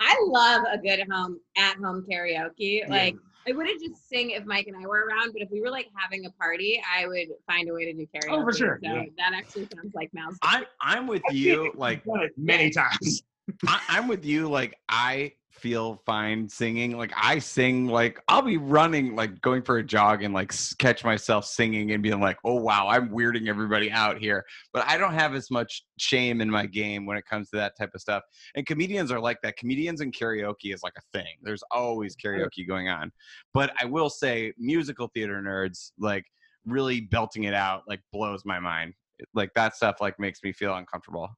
Speaker 4: I love a good home at home karaoke.
Speaker 3: Yeah.
Speaker 4: Like I wouldn't just sing if Mike and I were around, but if we were like having a party, I would find a way to do karaoke.
Speaker 3: Oh, for sure,
Speaker 4: So
Speaker 3: yeah. Uh,
Speaker 4: that actually sounds like Mal's.
Speaker 2: I'm I'm with you. Like
Speaker 3: Done it many times.
Speaker 2: I, I'm with you. Like I feel fine singing. Like I sing. Like I'll be running, like going for a jog, and like s- catch myself singing and being like, "Oh wow, I'm weirding everybody out here." But I don't have as much shame in my game when it comes to that type of stuff. And comedians are like that. Comedians and karaoke is like a thing. There's always karaoke going on. But I will say, musical theater nerds like really belting it out like blows my mind. Like that stuff like makes me feel uncomfortable.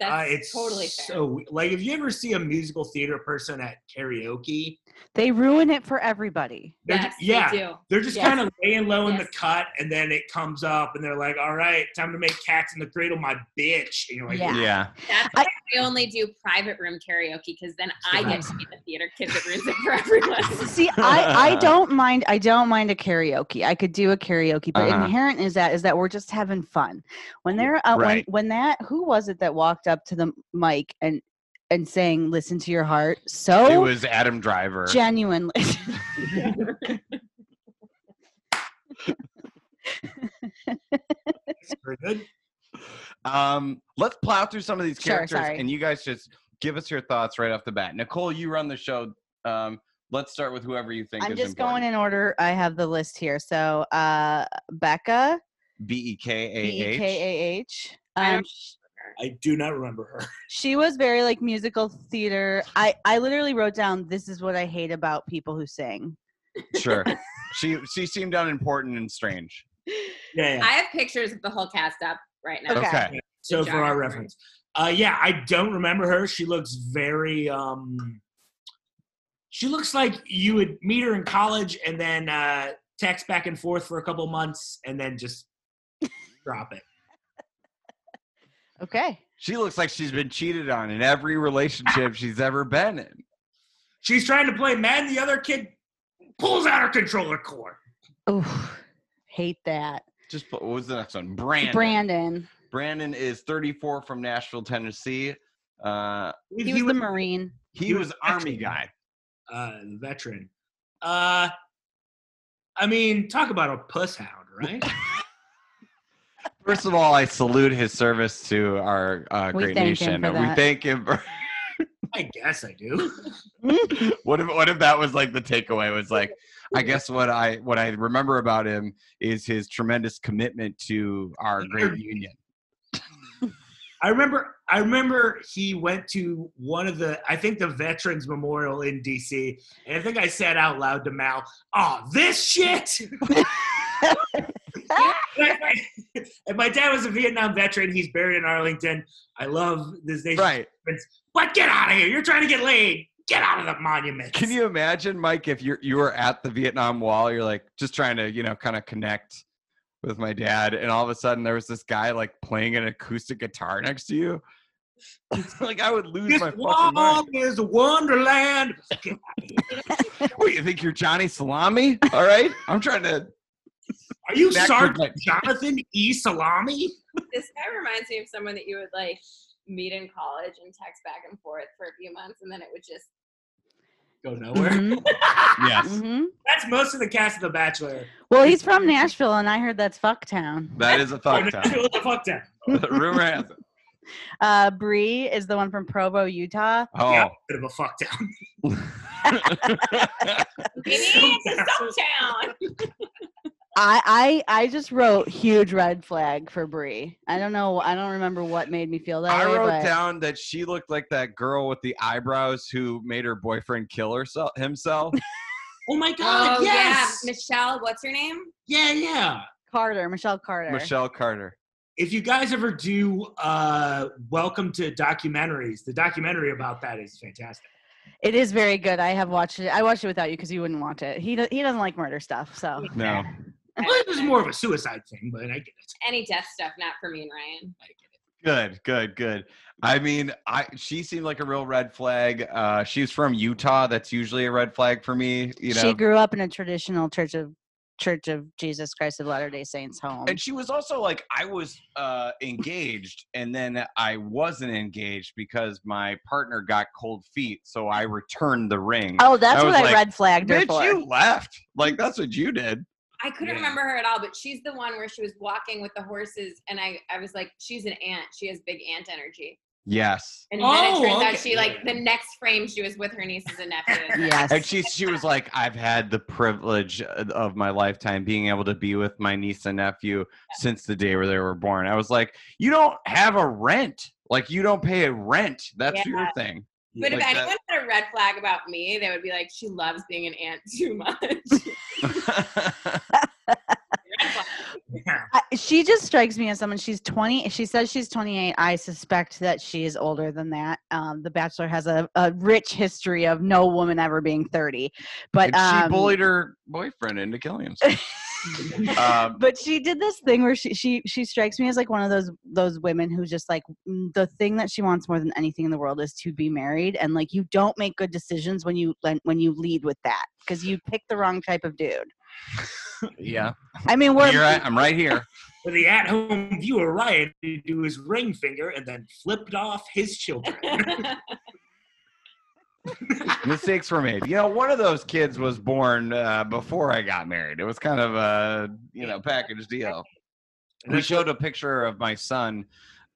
Speaker 4: That's
Speaker 3: Uh, it's
Speaker 4: totally fair.
Speaker 3: so we- like if you ever see a musical theater person at karaoke,
Speaker 1: they ruin it for everybody
Speaker 3: they're
Speaker 4: yes,
Speaker 3: ju-
Speaker 4: they
Speaker 3: yeah,
Speaker 4: do.
Speaker 3: they're just
Speaker 4: Yes.
Speaker 3: kind of laying low in the
Speaker 4: Yes.
Speaker 3: cut, and then it comes up, and they're like, "All right, time to make cats in the cradle, my bitch." And you're like,
Speaker 1: Yeah.
Speaker 4: That's
Speaker 1: I-
Speaker 4: why I, only do private room karaoke because then I get to be the theater kid that ruins it for everyone.
Speaker 1: see i i don't mind i don't mind a karaoke i could do a karaoke but
Speaker 2: Uh-huh.
Speaker 1: inherent is that is that we're just having fun when they're uh,
Speaker 2: Right.
Speaker 1: when, when that who was it that walked up to the mic and and saying listen to your heart so
Speaker 2: It was Adam Driver.
Speaker 1: genuinely
Speaker 3: "That's pretty good."
Speaker 2: Um, let's plow through some of these
Speaker 1: Sure,
Speaker 2: characters,
Speaker 1: sorry.
Speaker 2: and you guys just give us your thoughts right off the bat. Nicole, you run the show. Um, let's start with whoever you think.
Speaker 1: i'm
Speaker 2: is
Speaker 1: just
Speaker 2: important.
Speaker 1: going in order i have the list here so uh becca
Speaker 2: B e k a h.
Speaker 1: b-e-k-a-h
Speaker 4: I
Speaker 1: um,
Speaker 4: don't-
Speaker 3: I do not remember her.
Speaker 1: she was very like musical theater i i literally wrote down this is what i hate about people who sing
Speaker 2: Sure, she she seemed unimportant and strange.
Speaker 3: Yeah, yeah.
Speaker 4: I have pictures of the whole cast up right now.
Speaker 1: Okay.
Speaker 2: Okay,
Speaker 3: so
Speaker 4: Good
Speaker 3: for
Speaker 4: job,
Speaker 3: our
Speaker 4: everybody.
Speaker 3: reference, uh, yeah, I don't remember her. She looks very. Um, she looks like you would meet her in college and then uh, text back and forth for a couple months and then just drop it.
Speaker 1: okay
Speaker 2: she looks like she's been cheated on in every relationship she's ever been in.
Speaker 3: She's trying to play Madden. The other kid pulls out her controller cord.
Speaker 1: Oof, hate that
Speaker 2: Just what was the next one? Brandon.
Speaker 1: brandon
Speaker 2: Brandon is 34 from Nashville, Tennessee. Uh,
Speaker 1: He was the Marine.
Speaker 2: he,
Speaker 3: He
Speaker 2: was,
Speaker 3: was
Speaker 2: army
Speaker 3: actually-
Speaker 2: guy.
Speaker 3: uh, veteran. Uh, I mean, talk about a puss hound, right?
Speaker 2: First of all, I salute his service to our uh,
Speaker 1: We
Speaker 2: great
Speaker 1: thank him
Speaker 2: nation.
Speaker 1: for
Speaker 2: and We
Speaker 1: that.
Speaker 2: thank him. For,
Speaker 3: I guess I do.
Speaker 2: what if what if that was like the takeaway was like I guess what I what I remember about him is his tremendous commitment to our great union.
Speaker 3: I remember. I remember he went to one of the. I think the Veterans Memorial in D.C. And I think I said out loud to Mal, "Oh, this shit." and my dad was a Vietnam veteran. He's buried in Arlington. I love this nation.
Speaker 2: Right.
Speaker 3: But get out of here. You're trying to get laid. Get out of the monument.
Speaker 2: Can you imagine, Mike, if you're you were at the Vietnam Wall, you're like just trying to, you know, kind of connect with my dad, and all of a sudden there was this guy like playing an acoustic guitar next to you. like I would lose
Speaker 3: This
Speaker 2: my fucking
Speaker 3: wall
Speaker 2: mind.
Speaker 3: is Wonderland. Get out of here.
Speaker 2: What you think you're Johnny Salami? All right. I'm trying to
Speaker 3: Are you
Speaker 2: Back to
Speaker 3: Sergeant
Speaker 2: what-
Speaker 3: Jonathan E. Salami?
Speaker 4: This guy reminds me of someone that you would like meet in college and text back and forth for a few months, and then it would just
Speaker 3: Go nowhere.
Speaker 2: Mm-hmm.
Speaker 1: hmm
Speaker 2: Yes.
Speaker 1: hmm
Speaker 3: That's most of the cast of The Bachelor.
Speaker 1: Well, he's from Nashville, and I heard that's Fucktown.
Speaker 2: That is a thought time.
Speaker 3: What the Oh, fuck that?
Speaker 2: Rumor has it.
Speaker 1: Uh, Bree is the one from Provo, Utah.
Speaker 2: Oh.
Speaker 3: Yeah, bit of a fuck down.
Speaker 4: maybe it's a soap town.
Speaker 1: I, I I just wrote huge red flag for Bree. I don't know. I don't remember what made me feel that
Speaker 2: I
Speaker 1: way.
Speaker 2: wrote
Speaker 1: but
Speaker 2: down that she looked like that girl with the eyebrows who made her boyfriend kill herself himself.
Speaker 3: Oh my god,
Speaker 4: Oh
Speaker 3: yes.
Speaker 4: yeah, Michelle. What's her name?
Speaker 3: Yeah, yeah.
Speaker 1: Carter, Michelle Carter.
Speaker 2: Michelle Carter.
Speaker 3: If you guys ever do uh Welcome to Documentaries, the documentary about that is fantastic.
Speaker 1: It is very good. I have watched it. I watched it without you because you wouldn't watch it. He do- he doesn't like murder stuff, so
Speaker 2: No.
Speaker 3: Well, it was more of a suicide thing, but I get it.
Speaker 4: Any death stuff, not for me and Ryan.
Speaker 2: Good, good, good. I mean, I she seemed like a real red flag. Uh, she's from Utah. That's usually a red flag for me. You know,
Speaker 1: she grew up in a traditional Church of Church of Jesus Christ of Latter Day Saints home.
Speaker 2: and she was also like i was uh engaged and then i wasn't engaged because my partner got cold feet so i returned the ring
Speaker 1: oh, that's
Speaker 2: I
Speaker 1: what
Speaker 2: was
Speaker 1: I
Speaker 2: like,
Speaker 1: red flagged her
Speaker 2: bitch
Speaker 1: for.
Speaker 2: you left like that's what you did
Speaker 4: I couldn't
Speaker 3: Yeah.
Speaker 4: remember her at all, but she's the one where she was walking with the horses, and I, I was like, she's an ant. She has big ant energy.
Speaker 2: yes
Speaker 4: And then it
Speaker 3: Oh,
Speaker 4: turns
Speaker 3: okay.
Speaker 4: out she like the next frame she was with her nieces and nephews.
Speaker 1: Yes.
Speaker 2: and she she was like i've had the privilege uh, of my lifetime being able to be with my niece and nephew since the day where they were born i was like you don't have a rent like you don't pay a rent that's
Speaker 4: Yeah.
Speaker 2: your thing
Speaker 4: But if
Speaker 2: Like that-
Speaker 4: anyone had a red flag about me, they would be like, she loves being an aunt too much. Red flag.
Speaker 1: I, she just strikes me as someone. She's twenty. She says she's twenty eight. I suspect that she is older than that. Um, the Bachelor has a, a rich history of no woman ever being thirty, but
Speaker 2: and she
Speaker 1: um,
Speaker 2: bullied her boyfriend into killing himself um,
Speaker 1: but she did this thing where she she she strikes me as like one of those those women who just like mm, the thing that she wants more than anything in the world is to be married and like you don't make good decisions when you when- when you lead with that because you pick the wrong type of dude
Speaker 2: yeah
Speaker 1: i mean we're
Speaker 2: You're right. I'm right here.
Speaker 3: For the at-home viewer, Ryan would do his ring finger and then flipped off his children.
Speaker 2: Mistakes were made. You know, one of those kids was born uh, before I got married. It was kind of a you know package deal. We showed a picture of my son,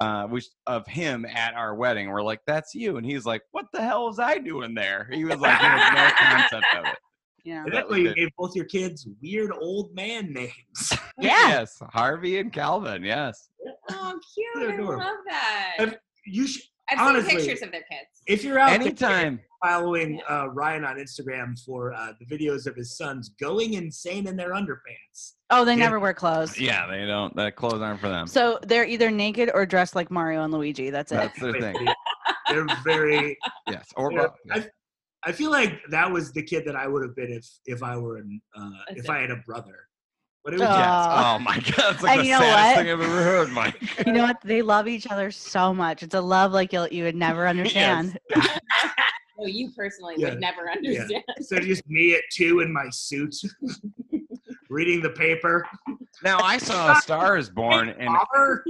Speaker 2: uh, we of him at our wedding. We're like, "That's you," and he's like, "What the hell was I doing there?" He was like, he had "No concept of it."
Speaker 1: yeah
Speaker 3: And that way you gave both your kids weird old man names.
Speaker 1: yeah
Speaker 2: Yes, Harvey and Calvin. Yes.
Speaker 4: oh, cute.
Speaker 3: They're
Speaker 4: I
Speaker 3: adorable.
Speaker 4: love that.
Speaker 3: If- You should,
Speaker 4: I've
Speaker 3: honestly-
Speaker 4: seen pictures of their kids.
Speaker 3: if you're
Speaker 1: Oh,
Speaker 3: out there
Speaker 2: Anytime.
Speaker 3: following uh, Ryan on Instagram for uh, the videos of his sons going insane in their underpants.
Speaker 1: oh they
Speaker 3: Yeah.
Speaker 1: never wear clothes
Speaker 2: Yeah, they don't. That clothes aren't for them.
Speaker 1: so they're either naked or dressed like mario and luigi that's it
Speaker 2: That's their thing.
Speaker 3: They're very.
Speaker 2: Yes, or
Speaker 3: Yeah,
Speaker 2: both.
Speaker 3: I, I feel like that was the kid that I would have been if if I were an, uh,
Speaker 4: That's
Speaker 3: if
Speaker 4: it.
Speaker 3: I had a brother. But it was
Speaker 1: Uh,
Speaker 2: Yes.
Speaker 1: Aw.
Speaker 2: Oh my god, that's like
Speaker 1: And
Speaker 2: the
Speaker 1: you know
Speaker 2: saddest
Speaker 1: what?
Speaker 2: thing I've ever heard, Mike.
Speaker 1: you know what they love each other so much it's a love like you'll, you would never understand
Speaker 4: No, Oh, you personally
Speaker 3: Yeah.
Speaker 4: would never understand.
Speaker 3: so just me at two in my suit, reading the paper.
Speaker 2: Now I saw A Star Is Born, and
Speaker 3: Father?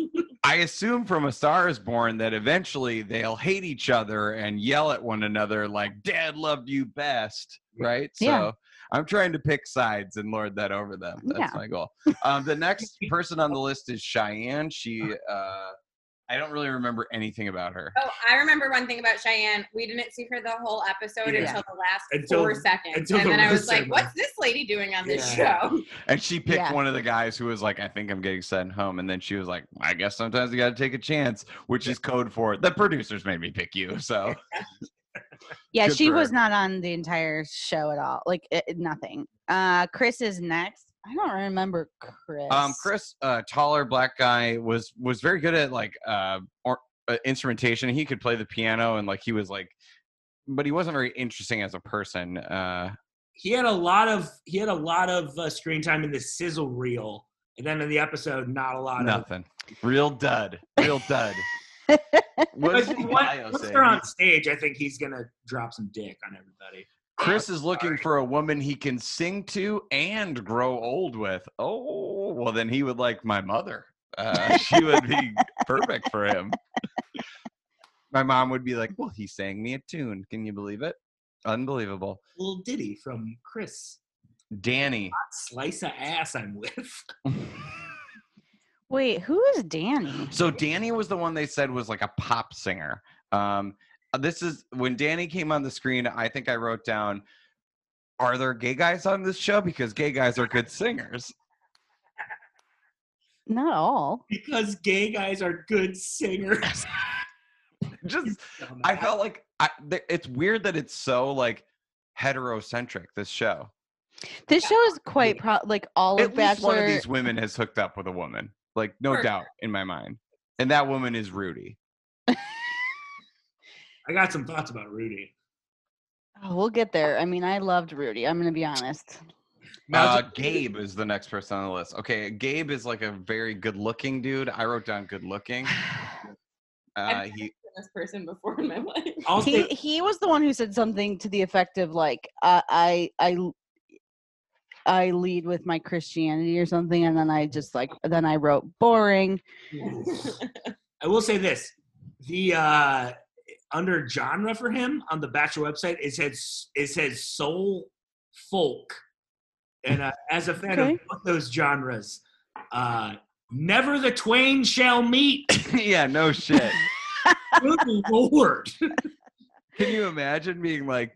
Speaker 2: I assume from A Star Is Born that eventually they'll hate each other and yell at one another like "Dad loved you best," right?
Speaker 1: Yeah.
Speaker 2: So I'm trying to pick sides and lord that over them. That's
Speaker 1: Yeah.
Speaker 2: my goal. Um, the next person on the list is Cheyenne. She, uh, I don't really remember anything about her.
Speaker 4: Oh, I remember one thing about Cheyenne. We didn't see her the whole episode
Speaker 3: Yeah.
Speaker 4: until the last
Speaker 3: Until-
Speaker 4: four seconds.
Speaker 3: until
Speaker 4: and
Speaker 3: the
Speaker 4: then I
Speaker 3: last
Speaker 4: was like,
Speaker 3: segment.
Speaker 4: what's this lady doing on this
Speaker 3: Yeah.
Speaker 4: show?
Speaker 2: And she picked
Speaker 1: Yeah.
Speaker 2: one of the guys who was like, I think I'm getting sent home. And then she was like, I guess sometimes you got to take a chance, which is code for the producers made me pick you. So
Speaker 1: Yeah,
Speaker 2: Good
Speaker 1: she
Speaker 2: for
Speaker 1: was
Speaker 2: her.
Speaker 1: not on the entire show at all. Like i- nothing. Uh, Chris is next. I don't remember Chris.
Speaker 2: um, Chris, uh, taller black guy, was was very good at like uh, or, uh, instrumentation. He could play the piano and like he was like, but he wasn't very interesting as a person. Uh,
Speaker 3: he had a lot of he had a lot of uh, screen time in the sizzle reel, and then in the episode, not a lot of.
Speaker 2: nothing. Real dud. Real dud. what
Speaker 3: But
Speaker 2: does the
Speaker 3: once,
Speaker 2: bio
Speaker 3: once
Speaker 2: say?
Speaker 3: they're on stage, I think he's gonna drop some dick on everybody.
Speaker 2: Chris is looking for a woman he can sing to and grow old with. Oh, well, then he would like my mother. Uh, she would be perfect for him. My mom would be like, Well, he sang me a tune. Can you believe it? Unbelievable.
Speaker 3: Little ditty from Chris.
Speaker 2: Danny.
Speaker 3: Slice of ass I'm with.
Speaker 1: Wait, who is Danny?
Speaker 2: So Danny was the one they said was like a pop singer. Um, this is when Danny came on the screen. I think I wrote down, "Are there gay guys on this show? Because gay guys are good singers."
Speaker 1: Not all.
Speaker 3: Because gay guys are good singers.
Speaker 2: Just I felt like I, th- it's weird that it's so like heterocentric. This show,
Speaker 1: This show is quite pro- like all of
Speaker 2: at least one
Speaker 1: Bachelor.
Speaker 2: of these women has hooked up with a woman, like no
Speaker 4: For
Speaker 2: doubt in my mind, and that woman is Rudy.
Speaker 3: I got some thoughts about Rudy.
Speaker 1: Oh, we'll get there. I mean, I loved Rudy. I'm gonna be honest.
Speaker 2: Uh, Gabe is the next person on the list. Okay, Gabe is like a very good-looking dude. I wrote down good-looking. Uh,
Speaker 4: I've-
Speaker 2: he
Speaker 4: this person before in my life.
Speaker 3: I'll
Speaker 1: He
Speaker 3: say-
Speaker 1: he was the one who said something to the effect of like I I I l- I lead with my Christianity or something, and then I just like then I wrote boring.
Speaker 3: I will say this: the uh, under genre for him on the Bachelor website, it says it says soul folk, and uh, as a fan of
Speaker 1: Okay.
Speaker 3: both those genres, uh, never the twain shall meet.
Speaker 2: yeah, no shit.
Speaker 3: Good lord!
Speaker 2: Can you imagine being like?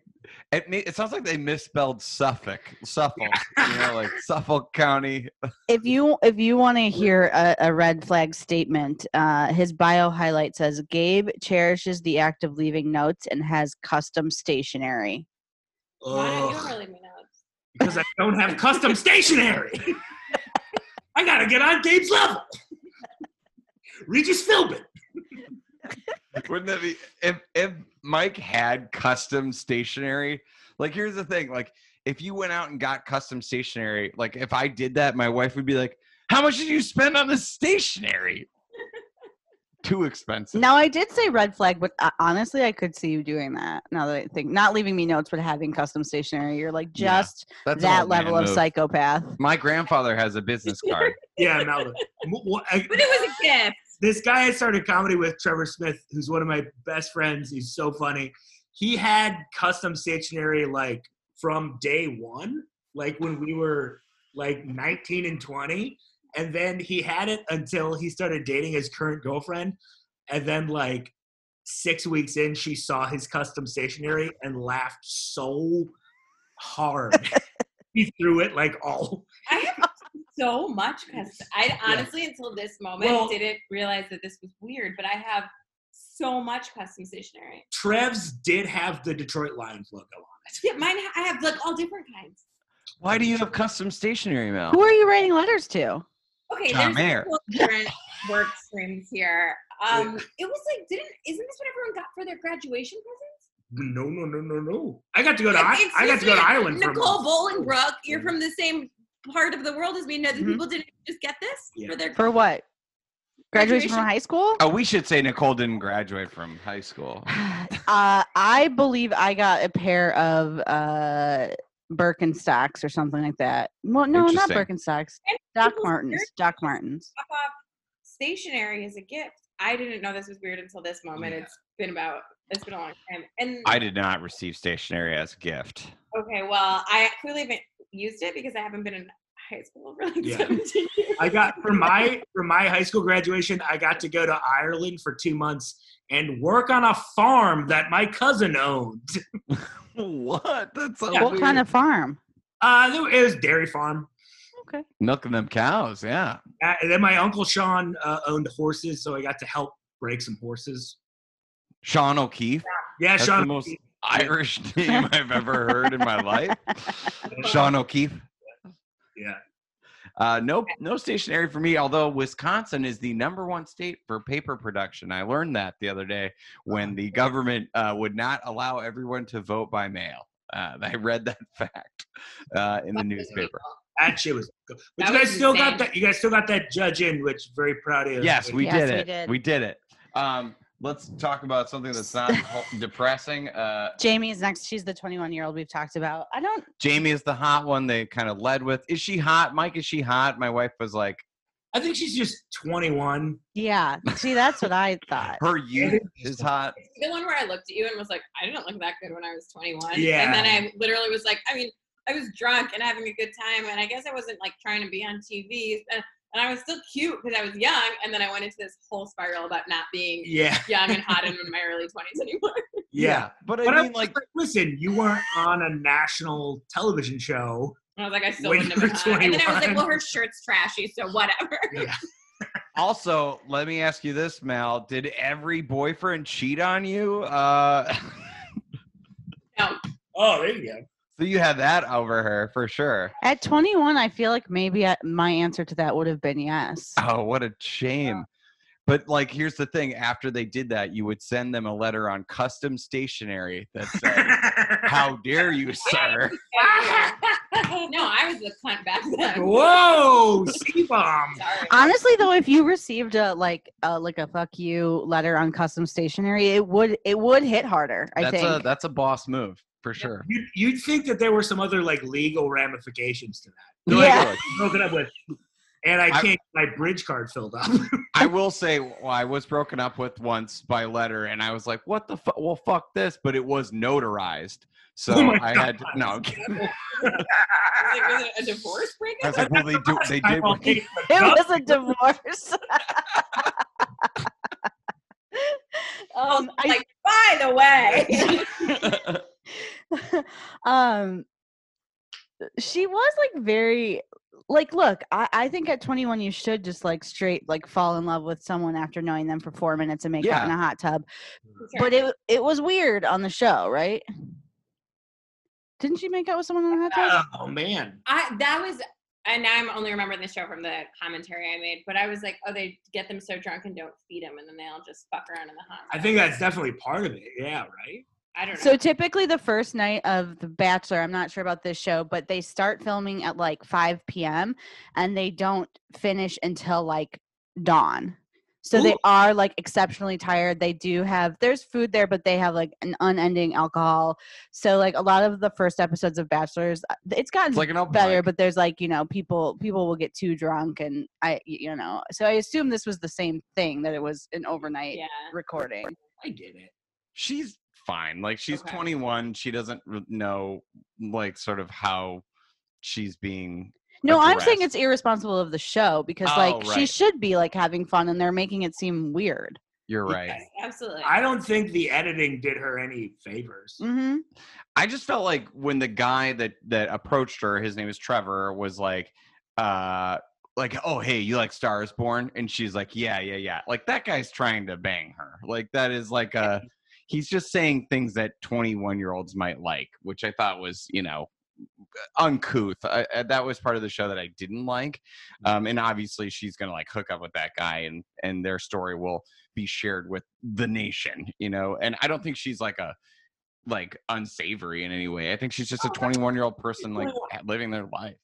Speaker 2: It, ma- it sounds like they misspelled Suffolk, Suffolk, you know, like Suffolk County.
Speaker 1: If you if you want to hear a, a red flag statement, uh, his bio highlight says Gabe cherishes the act of leaving notes and has custom stationery.
Speaker 3: Oh.
Speaker 4: Why don't you
Speaker 3: Ugh,
Speaker 4: really mean that?
Speaker 3: because I don't have custom stationery. I gotta get on Gabe's level. Regis Philbin.
Speaker 2: Wouldn't that be if if Mike had custom stationery? Like, here's the thing: like, if you went out and got custom stationery, like if I did that, my wife would be like, "How much did you spend on this stationery?" Too expensive.
Speaker 1: Now I did say red flag, but uh, honestly, I could see you doing that. Now that I think, not leaving me notes, but having custom stationery, you're like
Speaker 2: Yeah,
Speaker 1: just
Speaker 2: That's an
Speaker 1: that
Speaker 2: old man
Speaker 1: level of
Speaker 2: move.
Speaker 1: psychopath.
Speaker 2: My grandfather has a business card.
Speaker 3: Yeah, Melvin.
Speaker 4: But it was a gift.
Speaker 3: this guy I started comedy with, Trevor Smith, who's one of my best friends. He's so funny. He had custom stationery like from day one, like when we were like 19 and 20. And then he had it until he started dating his current girlfriend. And then, like, six weeks in, she saw his custom stationery and laughed so hard. he threw it like all.
Speaker 4: I have so much custom. I honestly, until this moment,
Speaker 3: Well-
Speaker 4: didn't realize that this was weird, but I have so much custom stationery.
Speaker 3: Trev's did have the Detroit Lions logo on it.
Speaker 4: Yeah, mine, ha- I have like all different kinds.
Speaker 2: Why do you have custom stationery, Mel?
Speaker 1: Who are you writing letters to?
Speaker 4: Okay,
Speaker 2: John
Speaker 4: there's
Speaker 2: Mayer.
Speaker 4: a couple different work streams here. Um, it was like, didn't, isn't this what everyone got for their graduation presents?
Speaker 3: No, no, no, no, no. I got to go to
Speaker 4: Ex-
Speaker 3: I, I got to go to
Speaker 4: excuse me,
Speaker 3: Ireland. for a
Speaker 4: Nicole
Speaker 3: month.
Speaker 4: Bolingbrook, you're from the same part of the world as me. No,
Speaker 1: Mhm.
Speaker 4: people didn't just get this
Speaker 3: Yeah.
Speaker 4: for their
Speaker 1: For what? Graduation from
Speaker 4: Graduation.
Speaker 1: high school?
Speaker 2: Oh, we should say Nicole didn't graduate from high school.
Speaker 1: uh, I believe I got a pair of uh, Birkenstocks or something like that. Well, no, not
Speaker 2: Interesting.
Speaker 1: Birkenstocks. Doc
Speaker 4: People's
Speaker 1: Martens. Doc Martens.
Speaker 4: drop off stationery as a gift. I didn't know this was weird until this moment.
Speaker 2: Yeah.
Speaker 4: It's been about it's been a long time. And
Speaker 2: I did not receive stationery as a gift.
Speaker 4: okay, well, I clearly haven't used it because I haven't been in high school for like
Speaker 3: Yeah.
Speaker 4: 17 years.
Speaker 3: I got for my for my high school graduation, I got to go to Ireland for two months and work on a farm that my cousin owned.
Speaker 2: What? That's so
Speaker 1: What kind of farm?
Speaker 3: Uh, there- it was dairy farm.
Speaker 1: Okay.
Speaker 2: milking them cows? Yeah.
Speaker 3: Uh, and then my uncle Sean uh, owned horses, so I got to help break some horses.
Speaker 2: Sean O'Keefe.
Speaker 3: Yeah,
Speaker 2: That's
Speaker 3: Sean.
Speaker 2: the most Irish name I've ever heard in my life. Sean O'Keefe.
Speaker 3: Yeah.
Speaker 2: Uh, no, no stationery for me. Although Wisconsin is the number one state for paper production, I learned that the other day
Speaker 3: Oh.
Speaker 2: when the government uh, would not allow everyone to vote by mail. Uh, I read that fact uh, in the newspaper.
Speaker 3: That shit was. Good. But
Speaker 4: That
Speaker 3: you guys
Speaker 4: was
Speaker 3: still
Speaker 4: insane.
Speaker 3: got that. You guys still got that judge in, which very proud of.
Speaker 2: Yes, we
Speaker 1: Yes,
Speaker 2: did
Speaker 1: we
Speaker 2: it.
Speaker 1: did.
Speaker 2: We did it. Um, let's talk about something that's not ho- depressing. Uh,
Speaker 1: Jamie is next. She's the 21 year old we've talked about. I don't.
Speaker 2: Jamie is the hot one. They kind of led with, "Is she hot, Mike? Is she hot?" My wife was like,
Speaker 3: I think she's just 21.
Speaker 1: Yeah. See, that's what I thought.
Speaker 2: "Her youth is hot."
Speaker 4: The one where I looked at you and was like, I didn't look that good when I was 21.
Speaker 3: Yeah.
Speaker 4: And then I literally was like, I mean, I was drunk and having a good time, and I guess I wasn't like trying to be on TV, and, and I was still cute because I was young. And then I went into this whole spiral about not being
Speaker 3: Yeah,
Speaker 4: young and hot and in my early 20s anymore.
Speaker 3: yeah.
Speaker 2: but I
Speaker 3: But I
Speaker 2: mean,
Speaker 3: am like,
Speaker 2: like,
Speaker 3: listen, you weren't on a national television show.
Speaker 4: And I was like, I still
Speaker 3: When
Speaker 4: wouldn't
Speaker 3: you
Speaker 4: have been
Speaker 3: were
Speaker 4: hot. And then I was like,
Speaker 3: 21.
Speaker 4: well, her shirt's trashy, so whatever.
Speaker 3: Yeah.
Speaker 2: also, let me ask you this, Mal: Did every boyfriend cheat on you? Uh,
Speaker 3: Oh, there you go.
Speaker 2: so you had that over her for sure.
Speaker 1: At 21, I feel like maybe I, my answer to that would have been yes.
Speaker 2: Oh, what a shame. But like, here's the thing: after they did that, you would send them a letter on custom stationery that said, "How dare you, sir."
Speaker 4: no, I was the cunt back then.
Speaker 3: Whoa, C bomb.
Speaker 4: Sorry.
Speaker 1: Honestly, though, if you received a like a like a fuck you letter on custom stationery, it would it would hit harder. I
Speaker 2: that's
Speaker 1: think.
Speaker 2: a that's a boss move for sure.
Speaker 3: You'd, you'd think that there were some other like legal ramifications to that.
Speaker 1: Yeah.
Speaker 2: Like,
Speaker 3: Broken up with, and I
Speaker 2: I-
Speaker 3: can't get my bridge card filled up. Oh
Speaker 2: I will say well, I was broken up with once by letter, and I was like, "What the fuck? Well, fuck this!" But it was notarized, so
Speaker 3: Oh my
Speaker 2: I had to, no. I'm kidding.
Speaker 4: I was like, was it a divorce
Speaker 2: I
Speaker 4: breakup?
Speaker 2: was like, "Well, they do. They did."
Speaker 3: I'll
Speaker 2: what you-"
Speaker 3: take the
Speaker 1: it
Speaker 3: cup.
Speaker 1: was a divorce. um, I,
Speaker 4: like, by the way.
Speaker 1: um, she was like very like look I, I think at 21 you should just like straight like fall in love with someone after knowing them for four minutes and make out in a hot tub but it it was weird on the show right didn't she make out with someone in a hot tub
Speaker 3: Oh man.
Speaker 4: I that was and now I'm only remembering the show from the commentary I made, but I was like, oh, they get them so drunk and don't feed them, and then they all just fuck around in the hot.
Speaker 3: I
Speaker 4: tub.
Speaker 3: think that's definitely part of it. Yeah, right?
Speaker 4: I don't know.
Speaker 1: So typically the first night of The Bachelor, I'm not sure about this show, but they start filming at like 5 p.m. and they don't finish until like dawn. So they
Speaker 3: Ooh.
Speaker 1: are like exceptionally tired. They do have there's food there, but they have like an unending alcohol. So like a lot of the first episodes of Bachelors, uh, it's gotten
Speaker 2: It's like an open
Speaker 1: better,
Speaker 2: mic.
Speaker 1: but there's like you know people people will get too drunk, and I you know. So I assume this was the same thing that it was an overnight
Speaker 4: yeah.
Speaker 1: recording.
Speaker 3: I get it.
Speaker 2: she's fine. Like she's
Speaker 4: Okay.
Speaker 2: 21. She doesn't re- know like sort of how she's being.
Speaker 1: No, I'm saying
Speaker 2: addressed.
Speaker 1: it's irresponsible of the show because like
Speaker 2: Oh,
Speaker 1: she
Speaker 2: right.
Speaker 1: should be like having fun and they're making it seem weird.
Speaker 2: You're
Speaker 3: Yeah.
Speaker 2: right.
Speaker 4: Yes, absolutely.
Speaker 3: I don't think the editing did her any favors.
Speaker 1: Mm-hmm.
Speaker 2: I just felt like when the guy that that approached her, his name is Trevor, was like, uh, like, oh hey, you like Stars Born? And she's like, yeah, yeah, yeah. Like that guy's trying to bang her. Like that is like a, he's just saying things that twenty one year olds might like, which I thought was you know uncouth. I, I- that was part of the show that I didn't like. Um, and obviously she's gonna like hook up with that guy, and and their story will be shared with the nation, you know. And I don't think she's like a like unsavory in any way. I think she's just a 21 year old person like
Speaker 3: 21.
Speaker 2: ha- living their life.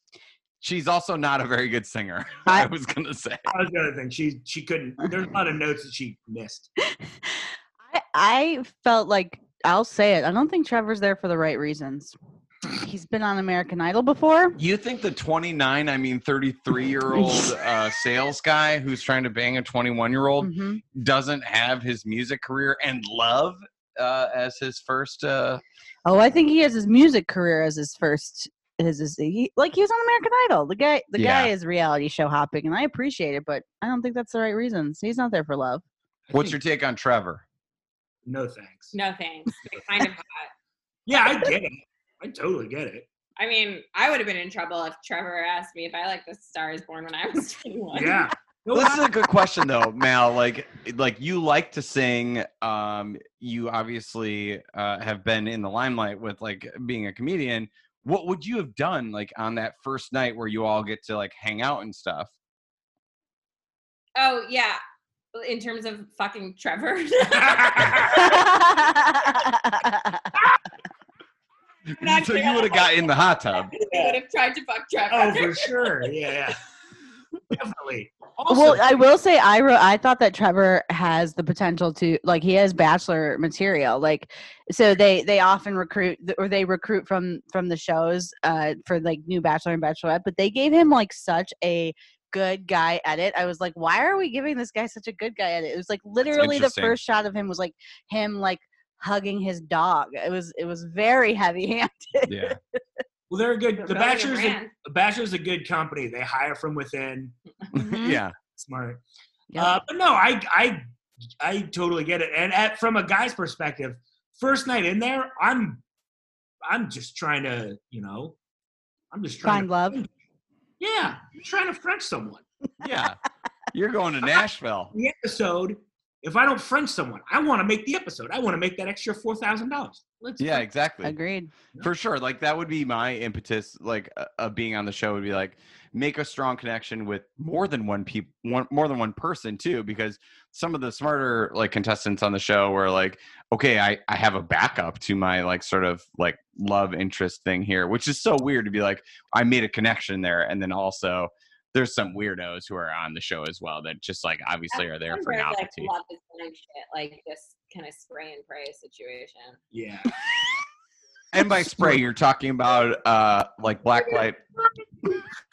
Speaker 2: She's also not a very good singer.
Speaker 1: I-
Speaker 2: I was gonna say.
Speaker 3: That was the other thing. She she couldn't there's a lot of notes that she missed.
Speaker 1: I I felt like I'll say it. I don't think Trevor's there for the right reasons. He's been on American Idol before.
Speaker 2: You think the 29, I mean 33 year old uh, sales guy who's trying to bang a 21 year old
Speaker 1: hmm
Speaker 2: doesn't have his music career and love uh, as his first? Uh,
Speaker 1: Oh, I think he has his music career as his first. His, his he, like he was on American Idol. The guy, the guy
Speaker 2: Yeah.
Speaker 1: is reality show hopping, and I appreciate it, but I don't think that's the right reasons. He's not there for love.
Speaker 2: what's your take on Trevor?
Speaker 3: No thanks.
Speaker 4: No thanks. Like, kind of hot.
Speaker 3: Yeah, I get it. I totally get it.
Speaker 4: I mean, I would have been in trouble if Trevor asked me if I liked the Stars Born when I was 21.
Speaker 3: Yeah. No,
Speaker 2: Well,
Speaker 3: I-
Speaker 2: this is a good question though, Mal. Like, like you like to sing. Um, you obviously uh, have been in the limelight with like being a comedian. What would you have done like on that first night where you all get to like hang out and stuff?
Speaker 4: Oh yeah. In terms of fucking Trevor. Not
Speaker 2: so
Speaker 4: sure.
Speaker 2: you would have got in the hot
Speaker 4: I
Speaker 2: tub.
Speaker 4: would have tried to fuck
Speaker 3: oh, for
Speaker 4: Trevor.
Speaker 3: sure. Yeah, yeah. Definitely. Also,
Speaker 1: well, I will say I wrote. I thought that Trevor has the potential to like he has bachelor material. Like, so they they often recruit or they recruit from from the shows uh, for like new bachelor and bachelorette. But they gave him like such a good guy edit. I was like, why are we giving this guy such a good guy edit? It was like literally the
Speaker 2: interesting.
Speaker 1: first shot of him was like him like hugging his dog. It was it was very heavy handed.
Speaker 2: Yeah.
Speaker 3: well, they're a good. The
Speaker 4: Rebellion
Speaker 3: Bachelor's a,
Speaker 4: ran.
Speaker 3: the Bachelor's a good company. They hire from within.
Speaker 1: Mm-hmm.
Speaker 2: Yeah.
Speaker 3: Smart.
Speaker 1: Yep.
Speaker 3: Uh, but no, I, I, I totally get it. And at, from a guy's perspective, first night in there, I'm, I'm just trying to, you know, I'm just
Speaker 1: Find
Speaker 3: trying. to,
Speaker 1: love.
Speaker 3: yeah, I'm trying to French someone.
Speaker 2: Yeah. You're going to Nashville.
Speaker 3: The episode. If I don't French someone, I want to make the episode. I want to make that extra four thousand dollars. Let's
Speaker 2: Yeah, exactly.
Speaker 1: Agreed.
Speaker 2: For sure. Like that would be my impetus like uh, of being on the show would be like make a strong connection with more than one people one more than one person too because some of the smarter like contestants on the show were like okay, I I have a backup to my like sort of like love interest thing here, which is so weird to be like I made a connection there and then also there's some weirdos who are on the show as well that just like obviously are there for
Speaker 4: Trevor, like,
Speaker 2: novelty.
Speaker 4: love is blind shit, like this kind of spray and pray situation.
Speaker 3: Yeah.
Speaker 2: And by spray, you're talking about uh like black light.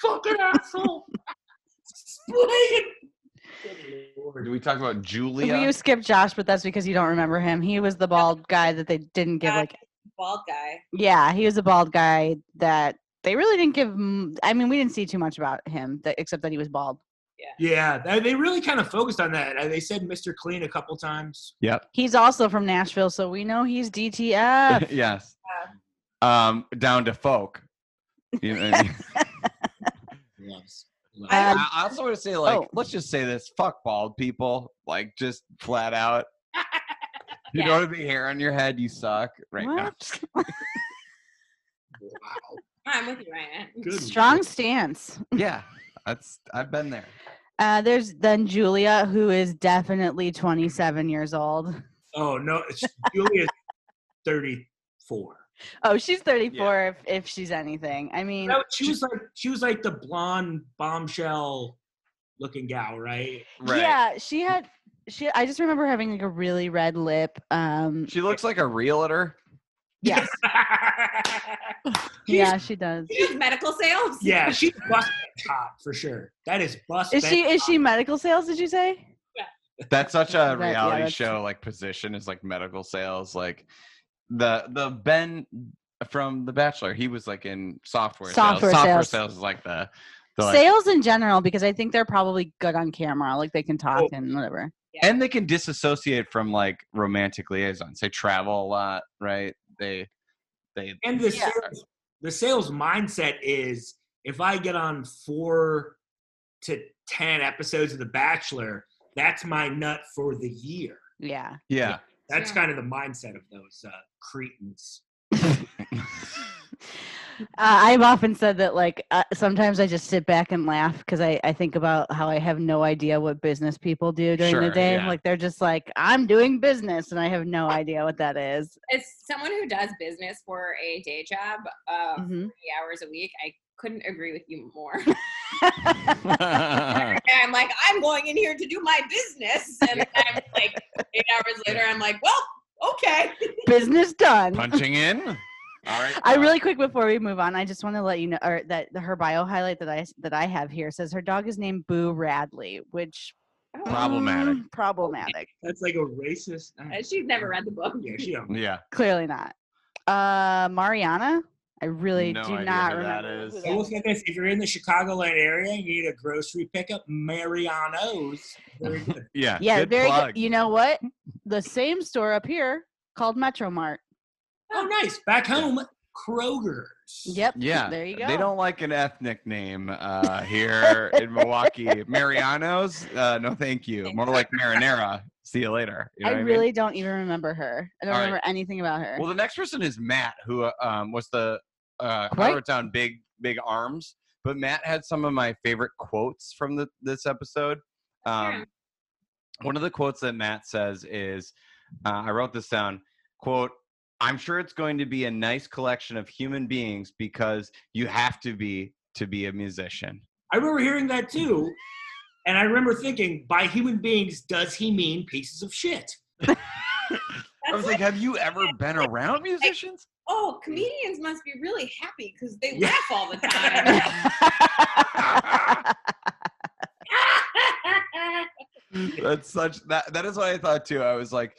Speaker 3: Fucking asshole. Spray
Speaker 2: Did
Speaker 3: it.
Speaker 2: we talk about Julia?
Speaker 1: You uh, skipped Josh, but that's because you don't remember him. He was the bald guy that they didn't give
Speaker 4: Guy,
Speaker 1: like.
Speaker 4: Bald guy.
Speaker 1: Yeah, he was a bald guy that they really didn't give. m- I mean, we didn't see too much about him that, except that he was bald.
Speaker 3: Yeah, they- they really kind of focused on that. Uh, They said Mr. Clean a couple times.
Speaker 1: He's also from Nashville, so we know he's DTF.
Speaker 2: yes. Um, down to folk. You know what I, mean?
Speaker 3: Loves.
Speaker 1: Uh,
Speaker 2: I I also want to say, like,
Speaker 1: oh.
Speaker 2: let's just say this: fuck bald people, like, just flat out. You
Speaker 4: Yeah.
Speaker 2: don't have any hair on your head. You suck right now.
Speaker 1: What?
Speaker 3: wow.
Speaker 4: I'm with you, Ryan.
Speaker 3: Good
Speaker 1: Strong stance.
Speaker 2: Yeah, that's. I've been there.
Speaker 1: Uh, there's then Julia, who is definitely 27 years old.
Speaker 3: Oh no, it's Julia's thirty-four.
Speaker 1: Oh, she's 34 if, if she's anything. I mean,
Speaker 3: No, she was like she was like the blonde bombshell looking gal, right?
Speaker 2: Right.
Speaker 1: yeah, she had. She, I just remember having like a really red lip. Um,
Speaker 2: She looks like a realtor.
Speaker 1: yes, yeah, she does.
Speaker 4: She does medical sales.
Speaker 3: yeah, she's bust hot for sure. That is bust.
Speaker 1: Is she is she medical sales? Did you say?
Speaker 2: That's such
Speaker 1: That-
Speaker 2: a
Speaker 1: yeah,
Speaker 2: reality
Speaker 1: that's-
Speaker 2: show like position is like medical sales. Like the the Ben from The Bachelor, he was like in software.
Speaker 1: Software
Speaker 2: sales. Software
Speaker 1: sales.
Speaker 2: sales is like the, the like,
Speaker 1: sales in general because I think they're probably good on camera, like they can talk
Speaker 3: Oh.
Speaker 1: and whatever.
Speaker 2: and they can disassociate from like romantic liaisons. They travel a lot, right? They they
Speaker 3: and the
Speaker 1: Yeah.
Speaker 3: sales, the sales mindset is if I get on four to ten episodes of The Bachelor, that's my nut for the year.
Speaker 1: Yeah.
Speaker 2: yeah.
Speaker 3: That's
Speaker 4: Yeah.
Speaker 3: kind of the mindset of those uh, Cretans.
Speaker 1: Uh, I've often said that, like, uh, sometimes I just sit back and laugh because I, I think about how I have no idea what business people do during the
Speaker 2: Sure,
Speaker 1: day.
Speaker 2: yeah.
Speaker 1: Like, they're just like, I'm doing business, and I have no idea what that is.
Speaker 4: As someone who does business for a day job, uh,
Speaker 3: Mm-hmm.
Speaker 1: Mhm.
Speaker 4: three hours a week, I couldn't agree with you more.
Speaker 2: yeah.
Speaker 4: I'm like, I'm going in here to do my business, and then I'm like, eight hours later, I'm like, well, okay.
Speaker 1: business done.
Speaker 2: Punching in. All right.
Speaker 1: I
Speaker 2: uh,
Speaker 1: really quick before we move on, I just want to let you know or that the- her bio highlight that I s- that I have here says her dog is named Boo Radley, which
Speaker 2: Problematic.
Speaker 1: Mm, problematic.
Speaker 3: That's like a racist. I
Speaker 4: She's never read the book.
Speaker 3: don't care. She don't.
Speaker 2: Yeah.
Speaker 1: Clearly not. Uh, Mariana, I really
Speaker 2: No
Speaker 1: do
Speaker 2: idea
Speaker 1: not
Speaker 2: who that
Speaker 1: remember. who
Speaker 2: is.
Speaker 1: that
Speaker 3: So look at this. If you're in the Chicagoland area and you need a grocery pickup, Mariano's. Very good.
Speaker 2: Yeah.
Speaker 1: Yeah,
Speaker 2: good
Speaker 1: very
Speaker 2: plug.
Speaker 1: good. You know what? The same store up here called Metro Mart.
Speaker 3: Oh, nice. Back home, Kroger's.
Speaker 1: Yep.
Speaker 2: Yeah,
Speaker 1: There you go.
Speaker 2: They don't like an ethnic name uh, here in Milwaukee. Mariano's, uh, no, thank you. More like marinara. See you later. You
Speaker 1: I
Speaker 2: know what mean?
Speaker 1: really don't even remember her. I don't
Speaker 2: All right.
Speaker 1: remember anything about her.
Speaker 2: Well, the next person is Matt, who uh, um, was the uh, I
Speaker 1: Right.
Speaker 2: wrote down big big arms, but Matt had some of my favorite quotes from the this episode. Um, one of the quotes that Matt says is, uh, "I wrote this down." Quote. I'm sure it's going to be a nice collection of human beings because you have to be to be a musician.
Speaker 3: I remember hearing that too. And I remember thinking, by human beings, does he mean pieces of shit?
Speaker 2: I was like, have you ever been around musicians?
Speaker 4: oh, comedians must be really happy because they
Speaker 3: Yeah.
Speaker 4: laugh all the time.
Speaker 2: That's such that that is what I thought too. I was like,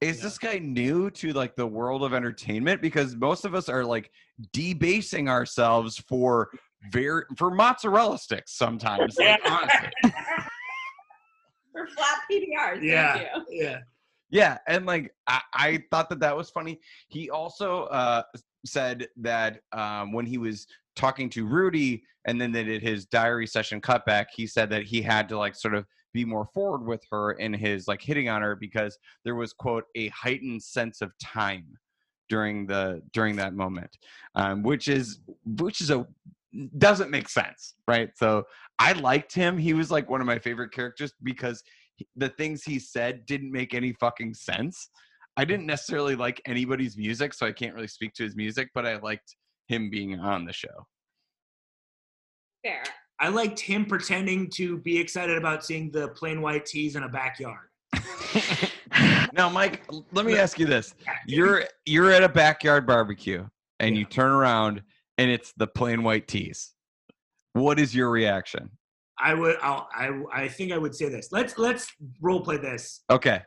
Speaker 2: is this guy new to like the world of entertainment? Because most of us are like debasing ourselves for very for mozzarella sticks sometimes. Like,
Speaker 3: Yeah.
Speaker 2: honestly.
Speaker 4: For flat PDRs. Thank
Speaker 3: Yeah.
Speaker 4: you.
Speaker 3: Yeah.
Speaker 2: Yeah, and like I, I thought that that was funny. He also uh, said that um, when he was talking to Rudy, and then they did his diary session cutback. He said that he had to like sort of be more forward with her in his like hitting on her because there was quote a heightened sense of time during the during that moment, um, which is which is a doesn't make sense, right? So I liked him. He was like one of my favorite characters because he- the things he said didn't make any fucking sense. I didn't necessarily like anybody's music, so I can't really speak to his music, but I liked him being on the show.
Speaker 4: Fair.
Speaker 3: I liked him pretending to be excited about seeing the plain white tees in a backyard.
Speaker 2: now, Mike, l- let me ask you this. You're you're at a backyard barbecue and you turn around and it's the plain white tees. What is your reaction?
Speaker 3: I would. I'll, I. I think I would say this. Let's let's role play this.
Speaker 2: Okay.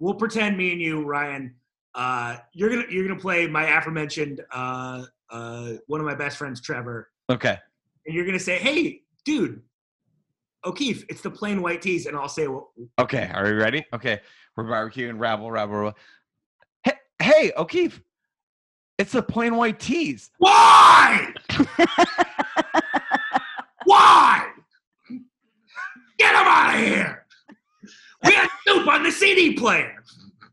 Speaker 3: we'll pretend me and you, Ryan. Uh, you're gonna you're gonna play my aforementioned uh, uh, one of my best friends, Trevor,
Speaker 2: Okay.
Speaker 3: and you're gonna say, "Hey, dude, O'Keefe, it's the plain white tees," and I'll say, well,
Speaker 2: Okay. Are you ready? Okay. We're barbecuing, rabble, rabble, rabble. Hey, hey, O'Keefe. It's the plain white tees.
Speaker 3: "Why? Why? Get him out of here! We had soup on the CD player.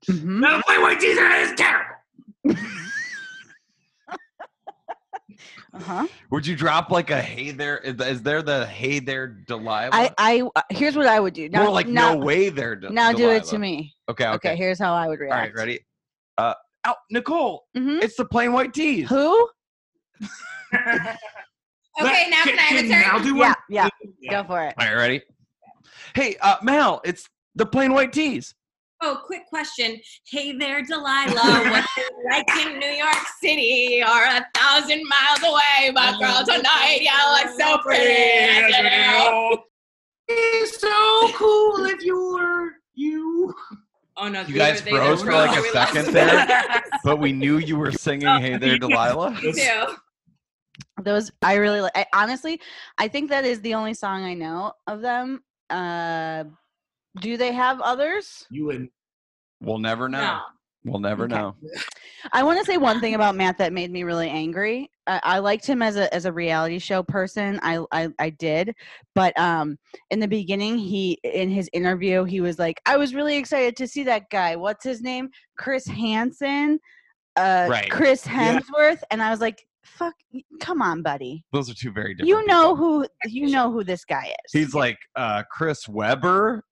Speaker 1: Mhm.
Speaker 3: Now the plain white tees are is terrible."
Speaker 1: Uh-huh.
Speaker 2: Would you drop like a hey there? Is, is there the hey there Delilah?
Speaker 1: I, I uh, here's what I would do. Now,
Speaker 2: More like
Speaker 1: now,
Speaker 2: no way there. De-
Speaker 1: now do it to
Speaker 2: Delilah.
Speaker 1: me.
Speaker 2: Okay. Okay.
Speaker 1: Okay. here's how I would
Speaker 2: All right.
Speaker 1: react.
Speaker 2: Ready? Uh, oh, Nicole,
Speaker 1: Mhm.
Speaker 2: it's the plain white tees.
Speaker 1: Who?
Speaker 4: Okay, now can I have a turn?
Speaker 3: Now do one.
Speaker 1: Yeah, yeah,
Speaker 3: Yeah.
Speaker 1: Go for it.
Speaker 2: All right. Ready? Hey, uh, Mal, it's the plain white tees.
Speaker 4: Oh, quick question. Hey there, Delilah. What's it like in New York City or a thousand miles away? But girl, tonight y'all look so pretty.
Speaker 3: It's so cool if you were you.
Speaker 4: Oh no,
Speaker 2: You
Speaker 4: they
Speaker 2: guys
Speaker 4: were- they
Speaker 2: froze
Speaker 4: were
Speaker 2: for,
Speaker 4: really-
Speaker 2: like, a
Speaker 4: we lost
Speaker 2: second
Speaker 4: it.
Speaker 2: there. But we knew you were singing hey there Delilah.
Speaker 4: Me too.
Speaker 1: Those I really like. I, honestly, I think that is the only song I know of them. Uh, do they have others?
Speaker 3: You and
Speaker 2: We'll never know.
Speaker 4: No.
Speaker 2: We'll never
Speaker 1: Okay.
Speaker 2: know.
Speaker 1: I want to say one thing about Matt that made me really angry. I, I liked him as a as a reality show person. I, I I did, but um, in the beginning, he in his interview, he was like, "I was really excited to see that guy. What's his name? Chris Hansen, uh,
Speaker 2: Right.
Speaker 1: Chris
Speaker 3: Yeah.
Speaker 1: Hemsworth." And I was like, "Fuck, y- come on, buddy.
Speaker 2: Those are two very different.
Speaker 1: You know
Speaker 2: people.
Speaker 1: who you know who this guy is."
Speaker 2: he's like uh, Chris Weber.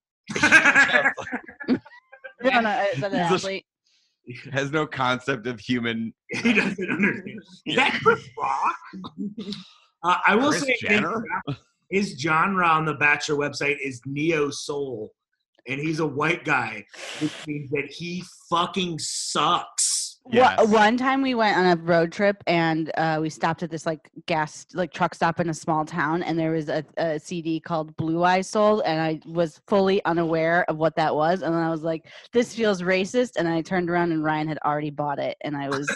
Speaker 1: No, no, is that an
Speaker 2: He's a sh-
Speaker 1: athlete?
Speaker 2: Has no concept of human.
Speaker 3: he doesn't understand. Is that Chris Rock? Uh, I will
Speaker 2: Chris
Speaker 3: say his
Speaker 2: Jenner?
Speaker 3: gen- his genre on the Bachelor website is neo soul, and he's a white guy, which means that he fucking sucks.
Speaker 1: Wha-
Speaker 2: Yes.
Speaker 1: One time we went on a road trip and uh, we stopped at this like gas like truck stop in a small town and there was a, a CD called Blue Eye Sold and I was fully unaware of what that was and then I was like this feels racist and I turned around and Ryan had already bought it and I was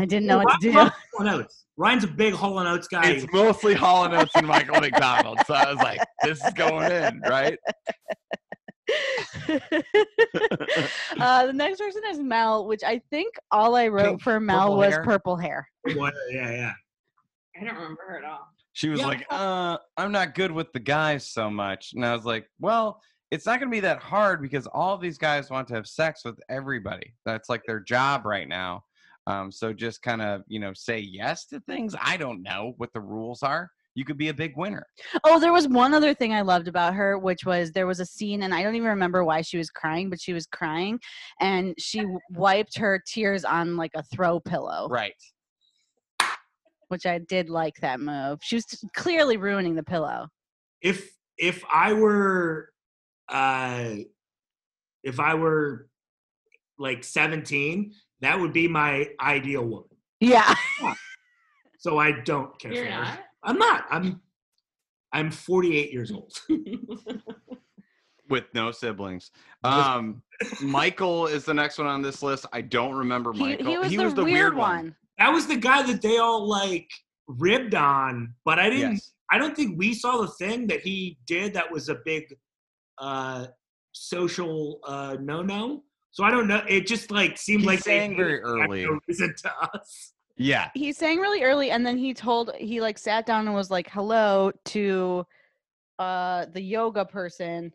Speaker 1: I didn't know what to do.
Speaker 3: Hall and Oates. Ryan's a big Hall and Oates guy.
Speaker 2: It's mostly Hall and Oates and Michael McDonald. So I was like, this is going in, right?
Speaker 1: uh, the next person is Mel, which I think all I wrote
Speaker 2: Pink,
Speaker 1: for Mel
Speaker 2: purple
Speaker 1: was
Speaker 2: hair.
Speaker 1: purple hair.
Speaker 3: What- yeah, yeah.
Speaker 4: I don't remember her at all.
Speaker 2: She was
Speaker 3: Yeah.
Speaker 2: like, uh, I'm not good with the guys so much. And I was like, well, it's not going to be that hard because all of these guys want to have sex with everybody. That's like their job right now. Um, so just kind of, you know, say yes to things. I don't know what the rules are. You could be a big winner.
Speaker 1: Oh, there was one other thing I loved about her, which was there was a scene, and I don't even remember why she was crying, but she was crying, and she w- wiped her tears on like a throw pillow,
Speaker 2: Right.
Speaker 1: which I did like that move. She was t- clearly ruining the pillow.
Speaker 3: If if I were, uh, if I were like 17, that would be my ideal woman.
Speaker 1: Yeah.
Speaker 3: So I don't care.
Speaker 4: You're
Speaker 3: for her.
Speaker 4: not.
Speaker 3: I'm not. I'm. I'm 48 years old.
Speaker 2: With no siblings. Um, Michael is the next one on this list. I don't remember
Speaker 1: He,
Speaker 2: Michael.
Speaker 1: Oh he was the, weird, one.
Speaker 3: That was the guy that they all like ribbed on, but I didn't.
Speaker 2: Yes.
Speaker 3: I don't think we saw the thing that he did that was a big uh, social uh, no-no. So I don't know. It just like seemed
Speaker 2: He
Speaker 3: like they
Speaker 2: sang very
Speaker 3: hated it and
Speaker 2: early.
Speaker 3: no reason to us.
Speaker 2: Yeah.
Speaker 1: He sang really early, and then he told, he like sat down and was like, hello to uh, the yoga person.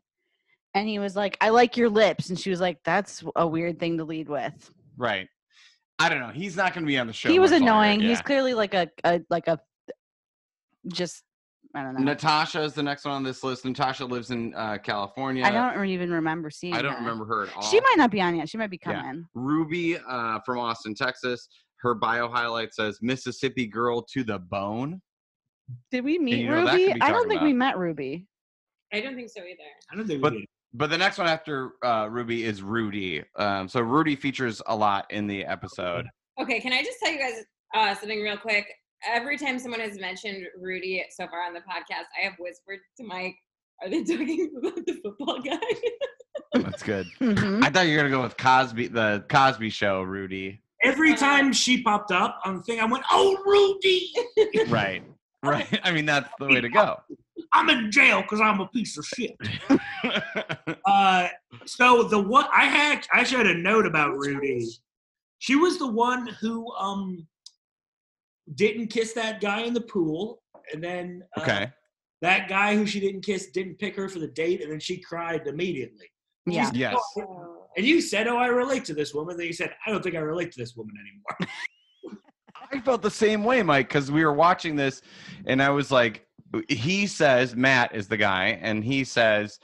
Speaker 1: And he was like, I like your lips. And she was like, that's a weird thing to lead with.
Speaker 2: Right. I don't know. He's not going to be on the show.
Speaker 1: he was
Speaker 2: much longer.
Speaker 1: annoying.
Speaker 2: Yeah.
Speaker 1: He's clearly like a, a like a just I don't know.
Speaker 2: Natasha is the next one on this list. Natasha lives in uh, California.
Speaker 1: I don't re- even remember seeing.
Speaker 2: I don't
Speaker 1: her.
Speaker 2: remember her at all.
Speaker 1: She might not be on yet. She might be
Speaker 2: Yeah.
Speaker 1: coming.
Speaker 2: Ruby uh, from Austin, Texas. Her bio highlight says Mississippi girl to the bone.
Speaker 1: Did we meet
Speaker 2: you know, that could
Speaker 1: Ruby?
Speaker 2: be
Speaker 1: I don't
Speaker 2: talking
Speaker 1: think we
Speaker 2: about.
Speaker 1: met Ruby.
Speaker 4: I don't think so either.
Speaker 3: I don't think
Speaker 2: But-
Speaker 3: we did.
Speaker 2: But the next one after uh, Ruby is Rudy. Um, so Rudy features a lot in the episode.
Speaker 4: Okay, can I just tell you guys uh, something real quick? Every time someone has mentioned Rudy so far on the podcast, I have whispered to Mike, "Are they talking about the football guy?"
Speaker 2: That's good.
Speaker 1: Mhm.
Speaker 2: I thought you were gonna go with Cosby, the Cosby Show, Rudy.
Speaker 3: Every time she popped up on the thing, I went, "Oh, Rudy,
Speaker 2: Right, right. I mean, that's the way to go.
Speaker 3: I'm in jail because I'm a piece of shit." Uh, so the one I had, I actually had a note about Rudy. She was the one who um didn't kiss that guy in the pool, and then uh,
Speaker 2: okay.
Speaker 3: that guy who she didn't kiss didn't pick her for the date, and then she cried immediately.
Speaker 1: Yeah.
Speaker 2: Yes.
Speaker 4: Oh.
Speaker 3: And you said, "Oh, I relate to this woman." Then you said, "I don't think I relate to this woman anymore."
Speaker 2: I felt the same way, Mike, because we were watching this and I was like, he says, Matt is the guy, and he says,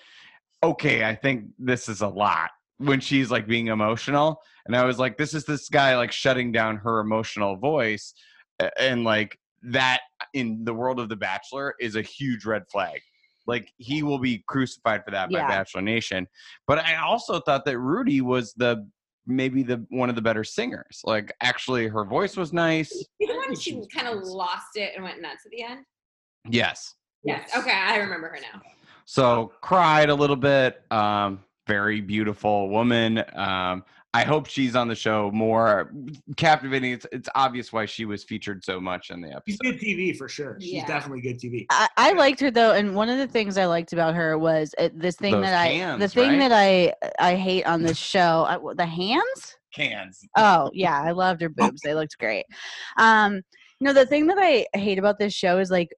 Speaker 2: okay, I think this is a lot when she's like being emotional. And I was like, this is this guy like shutting down her emotional voice. a- And like that in the world of The Bachelor is a huge red flag. Like he will be crucified for that
Speaker 1: Yeah.
Speaker 2: by Bachelor Nation. But I also thought that Rudy was the maybe the one of the better singers. Like actually her voice was nice.
Speaker 4: The one she kind of lost it and went nuts at the end.
Speaker 2: Yes.
Speaker 4: Yes. Okay, I remember her now.
Speaker 2: So cried a little bit. Um, very beautiful woman. Um, I hope she's on the show more. Captivating. It's it's obvious why she was featured so much in the
Speaker 3: She's
Speaker 2: episode.
Speaker 3: good TV for sure. She's
Speaker 4: Yeah.
Speaker 3: definitely good TV.
Speaker 1: I, I liked her though, and one of the things I liked about her was uh, this thing
Speaker 2: Those
Speaker 1: that I the
Speaker 2: cans,
Speaker 1: thing
Speaker 2: right?
Speaker 1: that I I hate on this show I, the hands.
Speaker 2: Cans.
Speaker 1: Oh yeah, I loved her boobs. They looked great. Um, you know the thing that I hate about this show is like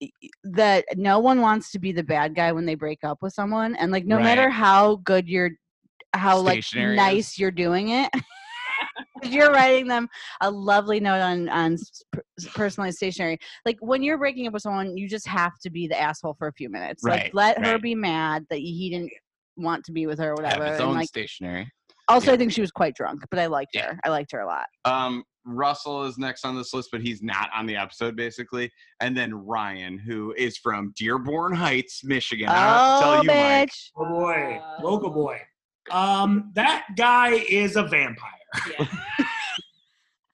Speaker 1: y- y- that no one wants to be the bad guy when they break up with someone, and like no matter
Speaker 2: Right.
Speaker 1: how good you're, how
Speaker 2: Stationary is.
Speaker 1: like nice you're doing it. if you're writing them a lovely note on on s- per- personalized stationery like when you're breaking up with someone you just have to be the asshole for a few minutes like
Speaker 2: Right,
Speaker 1: let her
Speaker 2: right.
Speaker 1: be mad that he didn't want to be with her or whatever
Speaker 2: Have its
Speaker 1: and
Speaker 2: own
Speaker 1: like
Speaker 2: stationery.
Speaker 1: also i
Speaker 2: yeah.
Speaker 1: think she was quite drunk but i liked
Speaker 2: Yeah.
Speaker 1: her i liked her a lot
Speaker 2: Um, Russell is next on this list, but he's not on the episode basically. And then Ryan, who is from Dearborn Heights, Michigan. I'll tell you, Mike.
Speaker 3: Oh boy,
Speaker 4: Uh,
Speaker 3: local boy. Um, that guy is a vampire.
Speaker 4: Yeah.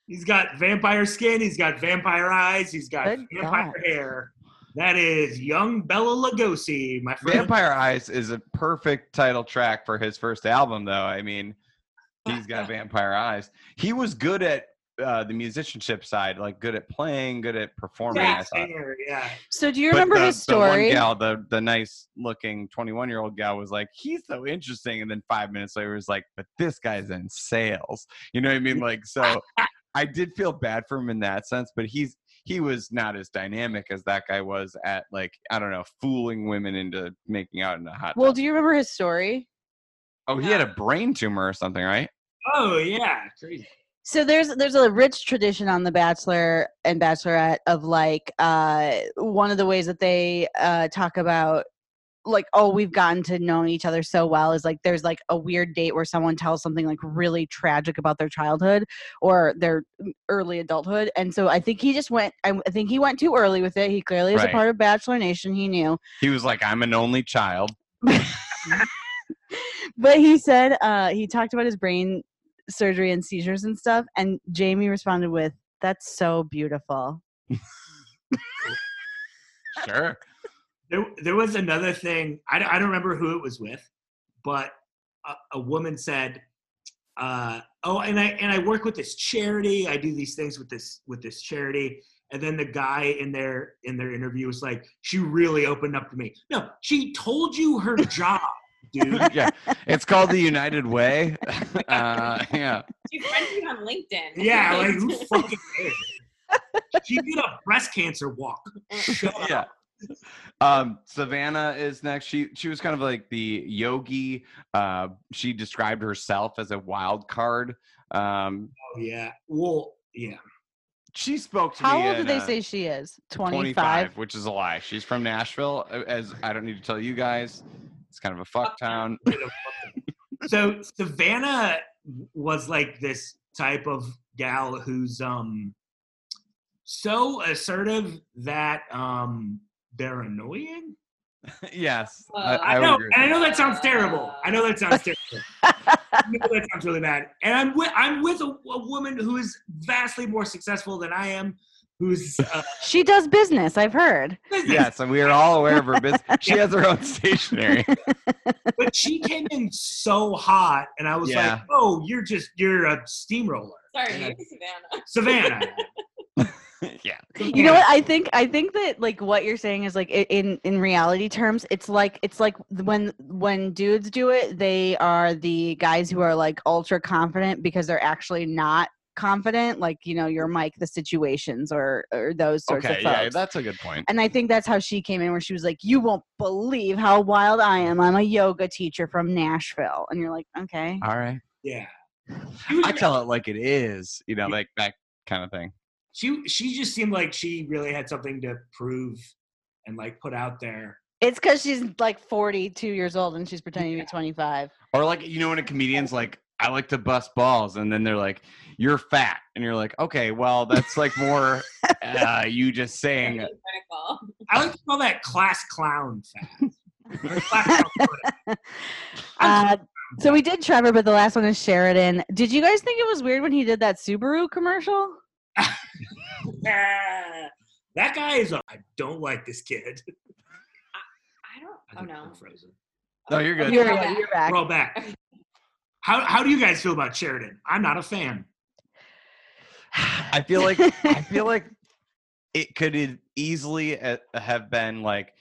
Speaker 3: He's got vampire skin. He's got vampire eyes. He's got
Speaker 1: Good
Speaker 3: vampire
Speaker 1: God.
Speaker 3: hair. That is young Bella Lugosi, my friend.
Speaker 2: Vampire Eyes is a perfect title track for his first album, though. I mean, he's got vampire eyes. He was good at uh, the musicianship side, like good at playing, good at performing. I
Speaker 3: Yeah,
Speaker 2: thought.
Speaker 3: singer, yeah.
Speaker 1: So do you remember
Speaker 2: the,
Speaker 1: his
Speaker 2: The
Speaker 1: story?
Speaker 2: one gal, the, the nice looking 21 year old gal was like, he's so interesting. And then five minutes later was like, but this guy's in sales. You know what I mean? Like, so I did feel bad for him in that sense, but he's, he was not as dynamic as that guy was at like, I don't know, fooling women into making out in a hot
Speaker 1: well,
Speaker 2: tub.
Speaker 1: do you remember his story?
Speaker 2: Oh, he had a brain tumor or something, right?
Speaker 3: Oh yeah, crazy.
Speaker 1: So there's there's a rich tradition on The Bachelor and Bachelorette of like uh, one of the ways that they uh, talk about like oh we've gotten to know each other so well is like there's like a weird date where someone tells something like really tragic about their childhood or their early adulthood and so i think he just went i I think he went too early with it he clearly is
Speaker 2: Right.
Speaker 1: a part of bachelor nation he knew
Speaker 2: He was like, I'm an only child.
Speaker 1: but he said uh, he talked about his brain surgery and seizures and stuff and jamie responded with that's so beautiful
Speaker 2: Sure.
Speaker 3: There, there was another thing. I, don't- I don't remember who it was with, but a, a woman said, uh, "Oh, and I and I work with this charity. I do these things with this with this charity." And then the guy in their in their interview was like, "She really opened up to me." No, she told you her job, dude.
Speaker 2: yeah. It's called the United Way. Uh, yeah.
Speaker 4: She friends you on LinkedIn.
Speaker 3: Yeah, like who fucking cares? She did a breast cancer walk. Oh, Shut up.
Speaker 2: yeah. Um, Savannah is next. She she was kind of like the yogi. Uh, she described herself as a wild card. Um,
Speaker 3: Oh, yeah. Well, yeah.
Speaker 2: she spoke to
Speaker 1: how
Speaker 2: me.
Speaker 1: old
Speaker 2: at,
Speaker 1: did they
Speaker 2: uh,
Speaker 1: say she is 25
Speaker 2: 25, which is a lie. She's from Nashville, uh, as I don't need to tell you guys. It's kind of a fuck town.
Speaker 3: so Savannah was like this type of gal who's um so assertive that um they're annoying.
Speaker 2: yes,
Speaker 4: Uh,
Speaker 2: I, I,
Speaker 3: I
Speaker 2: would
Speaker 3: know,
Speaker 2: agree with
Speaker 3: and I
Speaker 2: that.
Speaker 3: know that sounds terrible. I know that sounds terrible. I know that sounds really bad. And I'm with I'm with a, a woman who is vastly more successful than I am, who's uh,
Speaker 1: she does business i've heard
Speaker 2: Yes, and we are all aware of her business. She has her own stationery.
Speaker 3: but she came in so hot, and I was like,
Speaker 2: Yeah.
Speaker 3: "Oh, you're just you're a steamroller,
Speaker 4: Sorry, maybe Savannah.
Speaker 3: Savannah."
Speaker 2: yeah.
Speaker 1: you know what i think i think that like what you're saying is like i- in in reality terms it's like it's like when when dudes do it they are the guys who are like ultra confident because they're actually not confident like you know your mike the situations or or those sorts
Speaker 2: Okay,
Speaker 1: of folks
Speaker 2: yeah, that's a good point.
Speaker 1: and I think that's how she came in, where she was like, "You won't believe how wild I am. I'm a yoga teacher from Nashville," and you're like, "Okay."
Speaker 2: All right.
Speaker 3: Yeah,
Speaker 2: I tell it like it is, you know, like that kind of thing.
Speaker 3: she she just seemed like she really had something to prove and like put out there.
Speaker 1: It's because she's like 42 years old and she's pretending to be 25.
Speaker 2: Or like you know when a comedian's like, I like to bust balls, and then they're like, You're fat. And you're like, Okay, well, that's like more uh you just saying
Speaker 4: Critical.
Speaker 3: I like to call that class clown fat. Or class clown fat.
Speaker 1: Uh, so we did Trevor, but the last one is Sheridan. Did you guys think it was weird when he did that Subaru commercial?
Speaker 3: Yeah. that guy is. A, I don't like this kid.
Speaker 4: I
Speaker 3: I
Speaker 4: don't. Oh
Speaker 3: think
Speaker 4: no.
Speaker 3: I'm frozen.
Speaker 2: No, you're good.
Speaker 1: You're,
Speaker 4: We're all back.
Speaker 1: you're back.
Speaker 3: We're all back. How how do you guys feel about Sheridan? I'm not a fan.
Speaker 2: I feel like I feel like it could e- easily uh, have been like,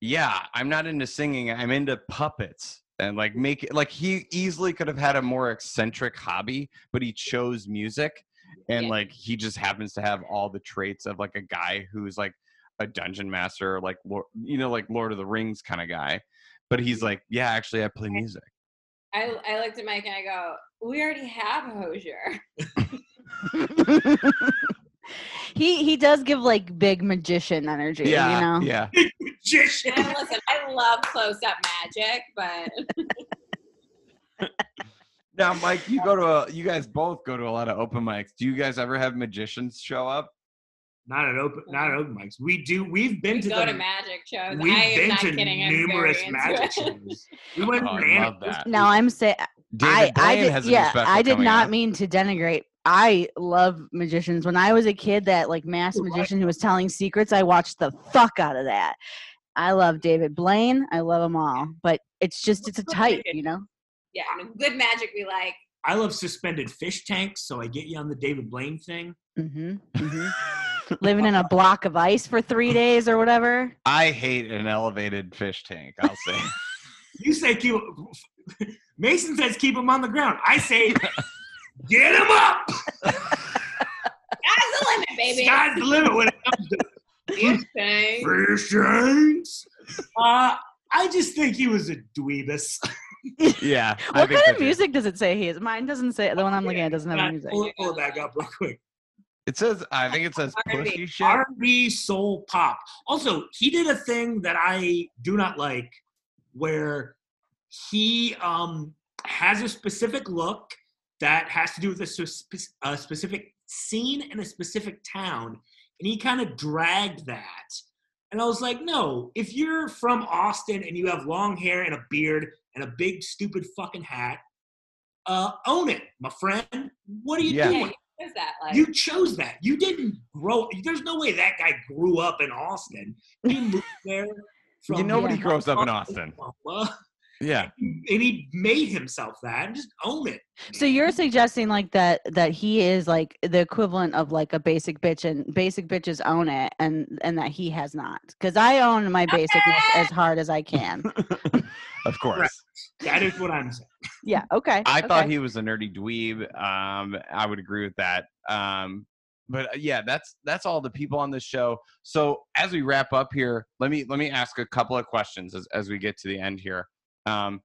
Speaker 2: yeah, I'm not into singing. I'm into puppets and like make it like he easily could have had a more eccentric hobby, but he chose music and
Speaker 4: Yeah.
Speaker 2: like he just happens to have all the traits of like a guy who's like a dungeon master, like Lor- you know, like Lord of the Rings kind of guy. But he's like, yeah, actually, I play music.
Speaker 4: I, I looked at Mike and I go, we already have Hosier.
Speaker 1: he he does give like big magician energy,
Speaker 2: Yeah,
Speaker 1: you know.
Speaker 2: yeah.
Speaker 3: Magician.
Speaker 4: And listen, I love close up magic, but
Speaker 2: Now, Mike, you go to a, you guys both go to a lot of open mics. Do you guys ever have magicians show up?
Speaker 3: Not at open. Not at open mics. We do. We've been
Speaker 4: we
Speaker 3: to
Speaker 4: go
Speaker 3: the
Speaker 4: to magic shows.
Speaker 3: We've
Speaker 4: I am
Speaker 3: been
Speaker 4: not
Speaker 3: to
Speaker 4: kidding. I'm
Speaker 3: numerous
Speaker 4: very into
Speaker 3: magic
Speaker 4: it.
Speaker 3: shows. We went
Speaker 2: Oh, I
Speaker 3: to Nana-
Speaker 2: love that.
Speaker 1: Now I'm saying
Speaker 2: David
Speaker 1: I I
Speaker 2: Blaine
Speaker 1: did,
Speaker 2: has a new
Speaker 1: yeah
Speaker 2: special
Speaker 1: I did
Speaker 2: coming
Speaker 1: not
Speaker 2: out.
Speaker 1: mean to denigrate I love magicians. When I was a kid, that like mass magician who was telling secrets, I watched the fuck out of that. I love David Blaine. I love them all, but it's just it's a type, you know.
Speaker 4: Yeah, I mean, good magic we like.
Speaker 3: I love suspended fish tanks, so I get you on the David Blaine thing.
Speaker 1: hmm hmm Living in a block of ice for three days or whatever.
Speaker 2: I hate an elevated fish tank. I'll say.
Speaker 3: You say keep. Mason says keep him on the ground. I say get him up.
Speaker 4: That's the limit, baby.
Speaker 3: Sky's the limit when it comes to
Speaker 4: Okay.
Speaker 3: fish tanks. Uh, I just think he was a dweebus.
Speaker 2: yeah. I
Speaker 1: What kind of
Speaker 2: think that's it.
Speaker 1: music does it say he is? Mine doesn't say. The one I'm looking at doesn't have any music.
Speaker 3: Pull, pull it back up real quick.
Speaker 2: It says. I think it says
Speaker 4: R&B.
Speaker 2: pussy shit.
Speaker 3: R&B soul pop. Also, he did a thing that I do not like, where he um, has a specific look that has to do with a, spe- a specific scene in a specific town, and he kind of dragged that. And I was like, no, if you're from Austin and you have long hair and a beard and a big stupid fucking hat, uh, own it, my friend. What are you
Speaker 2: Yeah.
Speaker 4: Yeah,
Speaker 3: doing?
Speaker 4: you chose that? Like,
Speaker 3: You chose that. You didn't grow. There's no way that guy grew up in Austin. He moved there. From
Speaker 2: You, nobody
Speaker 1: Yeah.
Speaker 2: grows up in Austin.
Speaker 3: Oklahoma,
Speaker 2: Yeah.
Speaker 3: and he made himself that. Just own it.
Speaker 1: So you're suggesting like that that he is like the equivalent of like a basic bitch and basic bitches own it and and that he has not because I own my basicness as hard as I can.
Speaker 2: Of course.
Speaker 3: That is what I'm saying.
Speaker 1: Yeah. Okay.
Speaker 2: I thought
Speaker 1: okay.
Speaker 2: he was a nerdy dweeb. Um, I would agree with that. Um, but uh, yeah, that's that's all the people on the show. So as we wrap up here, let me let me ask a couple of questions as, as we get to the end here. Um,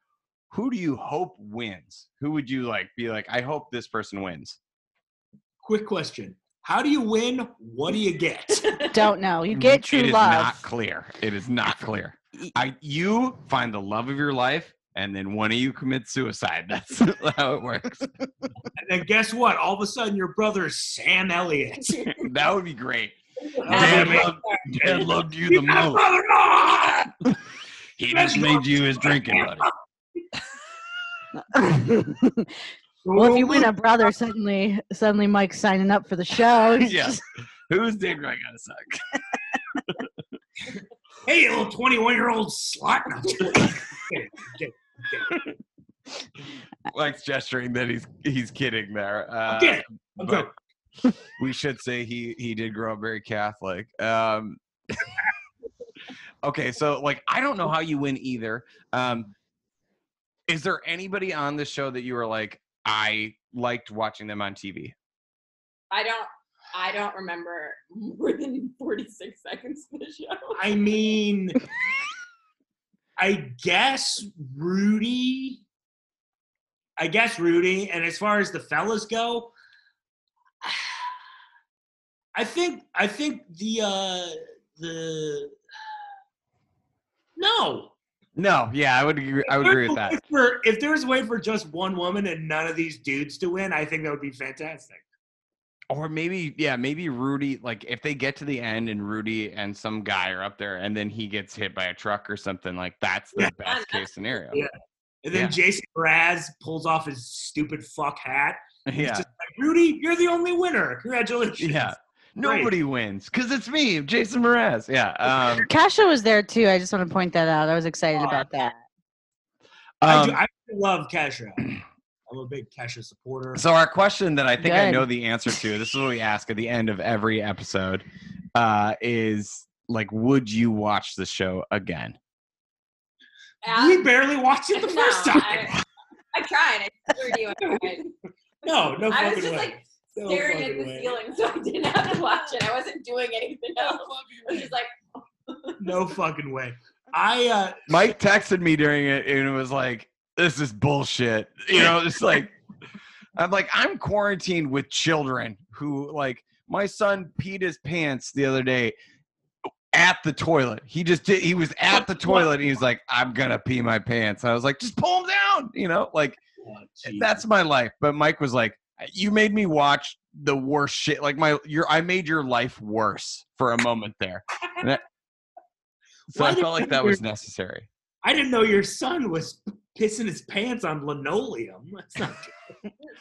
Speaker 2: who do you hope wins? Who would you like be like? I hope this person wins.
Speaker 3: Quick question: How do you win? What do you get?
Speaker 1: don't know. You get
Speaker 2: it
Speaker 1: true
Speaker 2: is
Speaker 1: love.
Speaker 2: not clear. It is not clear.
Speaker 1: Y-
Speaker 2: I you find the love of your life, and then one of you commits suicide. That's how it works.
Speaker 3: and then guess what? All of a sudden, your brother's Sam Elliott.
Speaker 2: that would be great.
Speaker 4: Um,
Speaker 2: Dad
Speaker 3: Damn it.
Speaker 2: loved, Dad loved you the
Speaker 3: You got a
Speaker 2: most.
Speaker 3: brother! Ah!
Speaker 2: He
Speaker 3: That's
Speaker 2: just made you his drinking buddy.
Speaker 1: well, if you win a brother, suddenly suddenly Mike's signing up for the show. He's
Speaker 2: Yeah.
Speaker 1: just-
Speaker 2: Who's dick do I gotta suck?
Speaker 3: hey, little twenty-one-year-old slut. No, I'm kidding. Kidding, kidding,
Speaker 2: Mike's gesturing that he's he's kidding there. Uh,
Speaker 3: kidding. I'm
Speaker 2: but we should say he he did grow up very Catholic. Um, okay, so like I don't know how you win either. Um, is there anybody on the show that you were like I liked watching them on TV?
Speaker 4: I don't. I don't remember more than 46 seconds of the show.
Speaker 3: I mean, I guess Rudy. I guess Rudy. And as far as the fellas go, I think I think the uh the no.
Speaker 2: No, yeah, I would agree, I would agree with that.
Speaker 3: If there- if there was a way for just one woman and none of these dudes to win, I think that would be fantastic.
Speaker 2: Or maybe, yeah, maybe Rudy, like if they get to the end and Rudy and some guy are up there and then he gets hit by a truck or something, like that's the
Speaker 3: Yeah.
Speaker 2: best case scenario.
Speaker 3: Yeah. And then
Speaker 2: Yeah.
Speaker 3: Jason Mraz pulls off his stupid fuck hat.
Speaker 2: Yeah.
Speaker 3: just- Rudy, you're the only winner. Congratulations.
Speaker 2: yeah. Nobody wins because it's me, Jason Mraz. Yeah. Um,
Speaker 1: Kasha was there too. I just want to point that out. I was excited
Speaker 3: Oh,
Speaker 1: about that.
Speaker 3: I, do,
Speaker 2: um,
Speaker 3: I love Kesha. I'm a big Kesha supporter.
Speaker 2: so, our question that I think I
Speaker 1: Good.
Speaker 2: know the answer to this is what we ask at the end of every episode uh, is like, would you watch the show again?
Speaker 3: we barely watched it the
Speaker 4: No,
Speaker 3: first time.
Speaker 4: I, I tried. I swear to you, I tried.
Speaker 3: No, no
Speaker 4: I was
Speaker 3: fucking
Speaker 4: just,
Speaker 3: way.
Speaker 4: like,
Speaker 3: No
Speaker 4: Staring at
Speaker 3: fucking
Speaker 4: the
Speaker 3: way.
Speaker 4: ceiling, so I didn't have to watch it. I wasn't doing anything else. I was just like,
Speaker 3: No fucking way. I uh,
Speaker 2: Mike texted me during it and it was like, this is bullshit. You know, it's like, I'm like, I'm quarantined with children who, like, my son peed his pants the other day at the toilet. He just did, he was at the toilet and he was like, I'm gonna pee my pants. I was like, just pull him down, you know, like,
Speaker 3: oh, Jesus.
Speaker 2: that's my life. But Mike was like, you made me watch the worst shit. Like, my, your, I made your life worse for a moment there. And I- so
Speaker 3: Why
Speaker 2: I
Speaker 3: did
Speaker 2: felt like that
Speaker 3: you-
Speaker 2: was necessary.
Speaker 3: I didn't know your son was pissing his pants on linoleum. That's not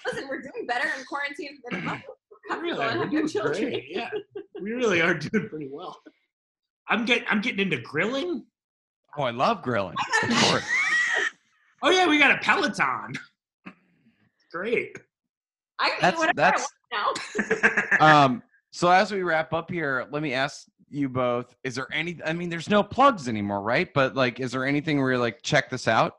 Speaker 4: Listen, we're doing better in quarantine than most.
Speaker 3: really. We're doing great. Yeah, we really are doing pretty well. I'm getting I'm getting into grilling.
Speaker 2: Oh, I love grilling. Of course.
Speaker 3: Oh yeah, we got a Peloton. Great.
Speaker 4: I can eat
Speaker 2: That's
Speaker 4: whatever
Speaker 2: that's
Speaker 4: I want
Speaker 2: um so as we wrap up here let me ask you both is there any i mean there's no plugs anymore right but like is there anything where you're like check this out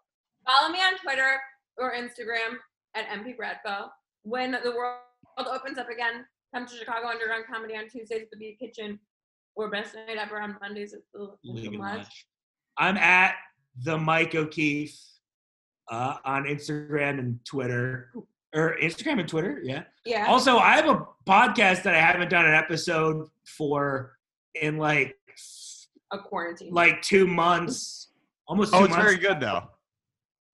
Speaker 4: now. Follow me on Twitter or Instagram at MP Bradfo. When the world opens up again, come to Chicago Underground Comedy on Tuesdays at the Beat Kitchen or Best Night Ever on Mondays at the Lincoln Lodge.
Speaker 3: I'm at the Mike O'Keefe uh, on Instagram and Twitter, or Instagram and Twitter. Yeah.
Speaker 4: Yeah.
Speaker 3: Also, I have a podcast that I haven't done an episode for in like
Speaker 4: a quarantine.
Speaker 3: like two months, almost two
Speaker 2: oh it's
Speaker 3: months.
Speaker 2: very good though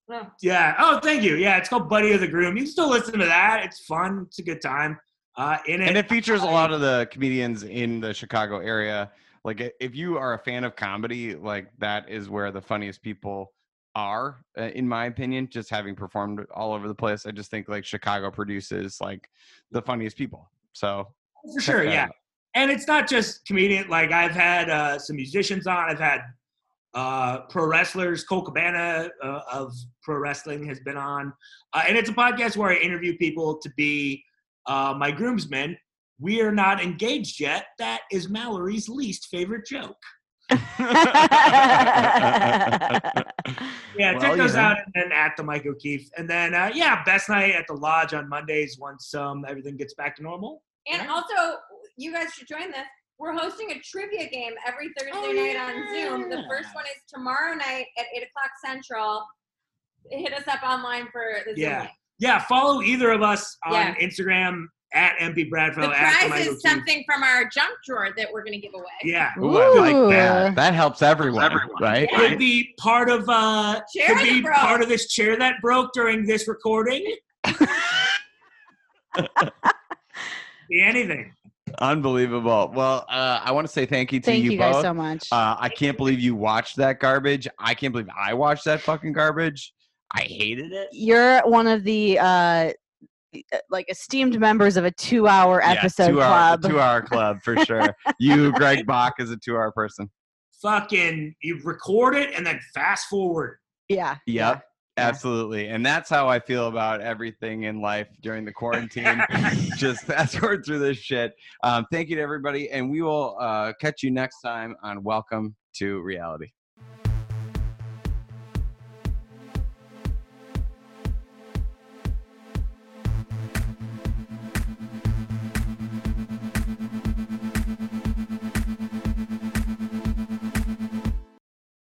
Speaker 4: No.
Speaker 3: Yeah. Oh, thank you. Yeah, it's called Buddy of the Groom. You can still listen to that. It's fun. It's a good time. Uh, in it,
Speaker 2: and it features a lot of the comedians in the chicago area like i- if you are a fan of comedy like that is where the funniest people are uh, in my opinion just having performed all over the place i just think like chicago produces like the funniest people so
Speaker 3: for
Speaker 2: check
Speaker 3: sure.
Speaker 2: that
Speaker 3: Yeah.
Speaker 2: out.
Speaker 3: and it's not just comedian. Like I've had uh, some musicians on. I've had uh, pro wrestlers. Cole Cabana uh, of pro wrestling has been on, uh, and it's a podcast where I interview people to be uh, my groomsmen. We are not engaged yet. That is Mallory's least favorite joke. Yeah,
Speaker 2: Well,
Speaker 3: check
Speaker 2: you
Speaker 3: those
Speaker 2: know.
Speaker 3: out and then at the Mike O'Keefe, and then uh, yeah, best night at the lodge on Mondays once um, everything gets back to normal.
Speaker 4: And
Speaker 3: Yeah.
Speaker 4: also, you guys should join this. We're hosting a trivia game every Thursday
Speaker 3: Oh,
Speaker 4: night on Zoom. The
Speaker 3: yeah.
Speaker 4: first one is tomorrow night at 8 o'clock Central. Hit us up online for the Zoom
Speaker 3: Yeah.
Speaker 4: link.
Speaker 3: Yeah, follow either of us on
Speaker 4: Yeah.
Speaker 3: Instagram at MP Bradford.
Speaker 4: The
Speaker 3: at the
Speaker 4: prize
Speaker 3: Mike
Speaker 4: is
Speaker 3: O'Keefe.
Speaker 4: something from our junk drawer that we're going to give away.
Speaker 3: Yeah,
Speaker 2: Ooh, I like that. That helps everyone,
Speaker 5: Everyone.
Speaker 2: right?
Speaker 4: Yeah.
Speaker 3: could be part of uh,
Speaker 4: Chair
Speaker 3: could
Speaker 4: that
Speaker 3: be
Speaker 4: broke.
Speaker 3: part of this chair that broke during this recording. be anything.
Speaker 2: Unbelievable. Well, uh, I want to say thank you to
Speaker 1: Thank
Speaker 2: you,
Speaker 1: you, guys
Speaker 2: both.
Speaker 1: so much.
Speaker 2: uh, I can't believe you watched that garbage. I can't believe I watched that fucking garbage. I hated it.
Speaker 1: You're one of the uh, like esteemed members of a two-hour episode
Speaker 2: two
Speaker 1: club.
Speaker 2: Hour, two hour club for sure. you, Greg Bach, is a two hour person.
Speaker 3: Fucking, you record it and then fast forward.
Speaker 1: yeah.
Speaker 2: Yep.
Speaker 1: yeah.
Speaker 2: Absolutely. And that's how I feel about everything in life during the quarantine. Just fast forward through this shit. Um, thank you to everybody. And we will uh, catch you next time on Welcome to Reality.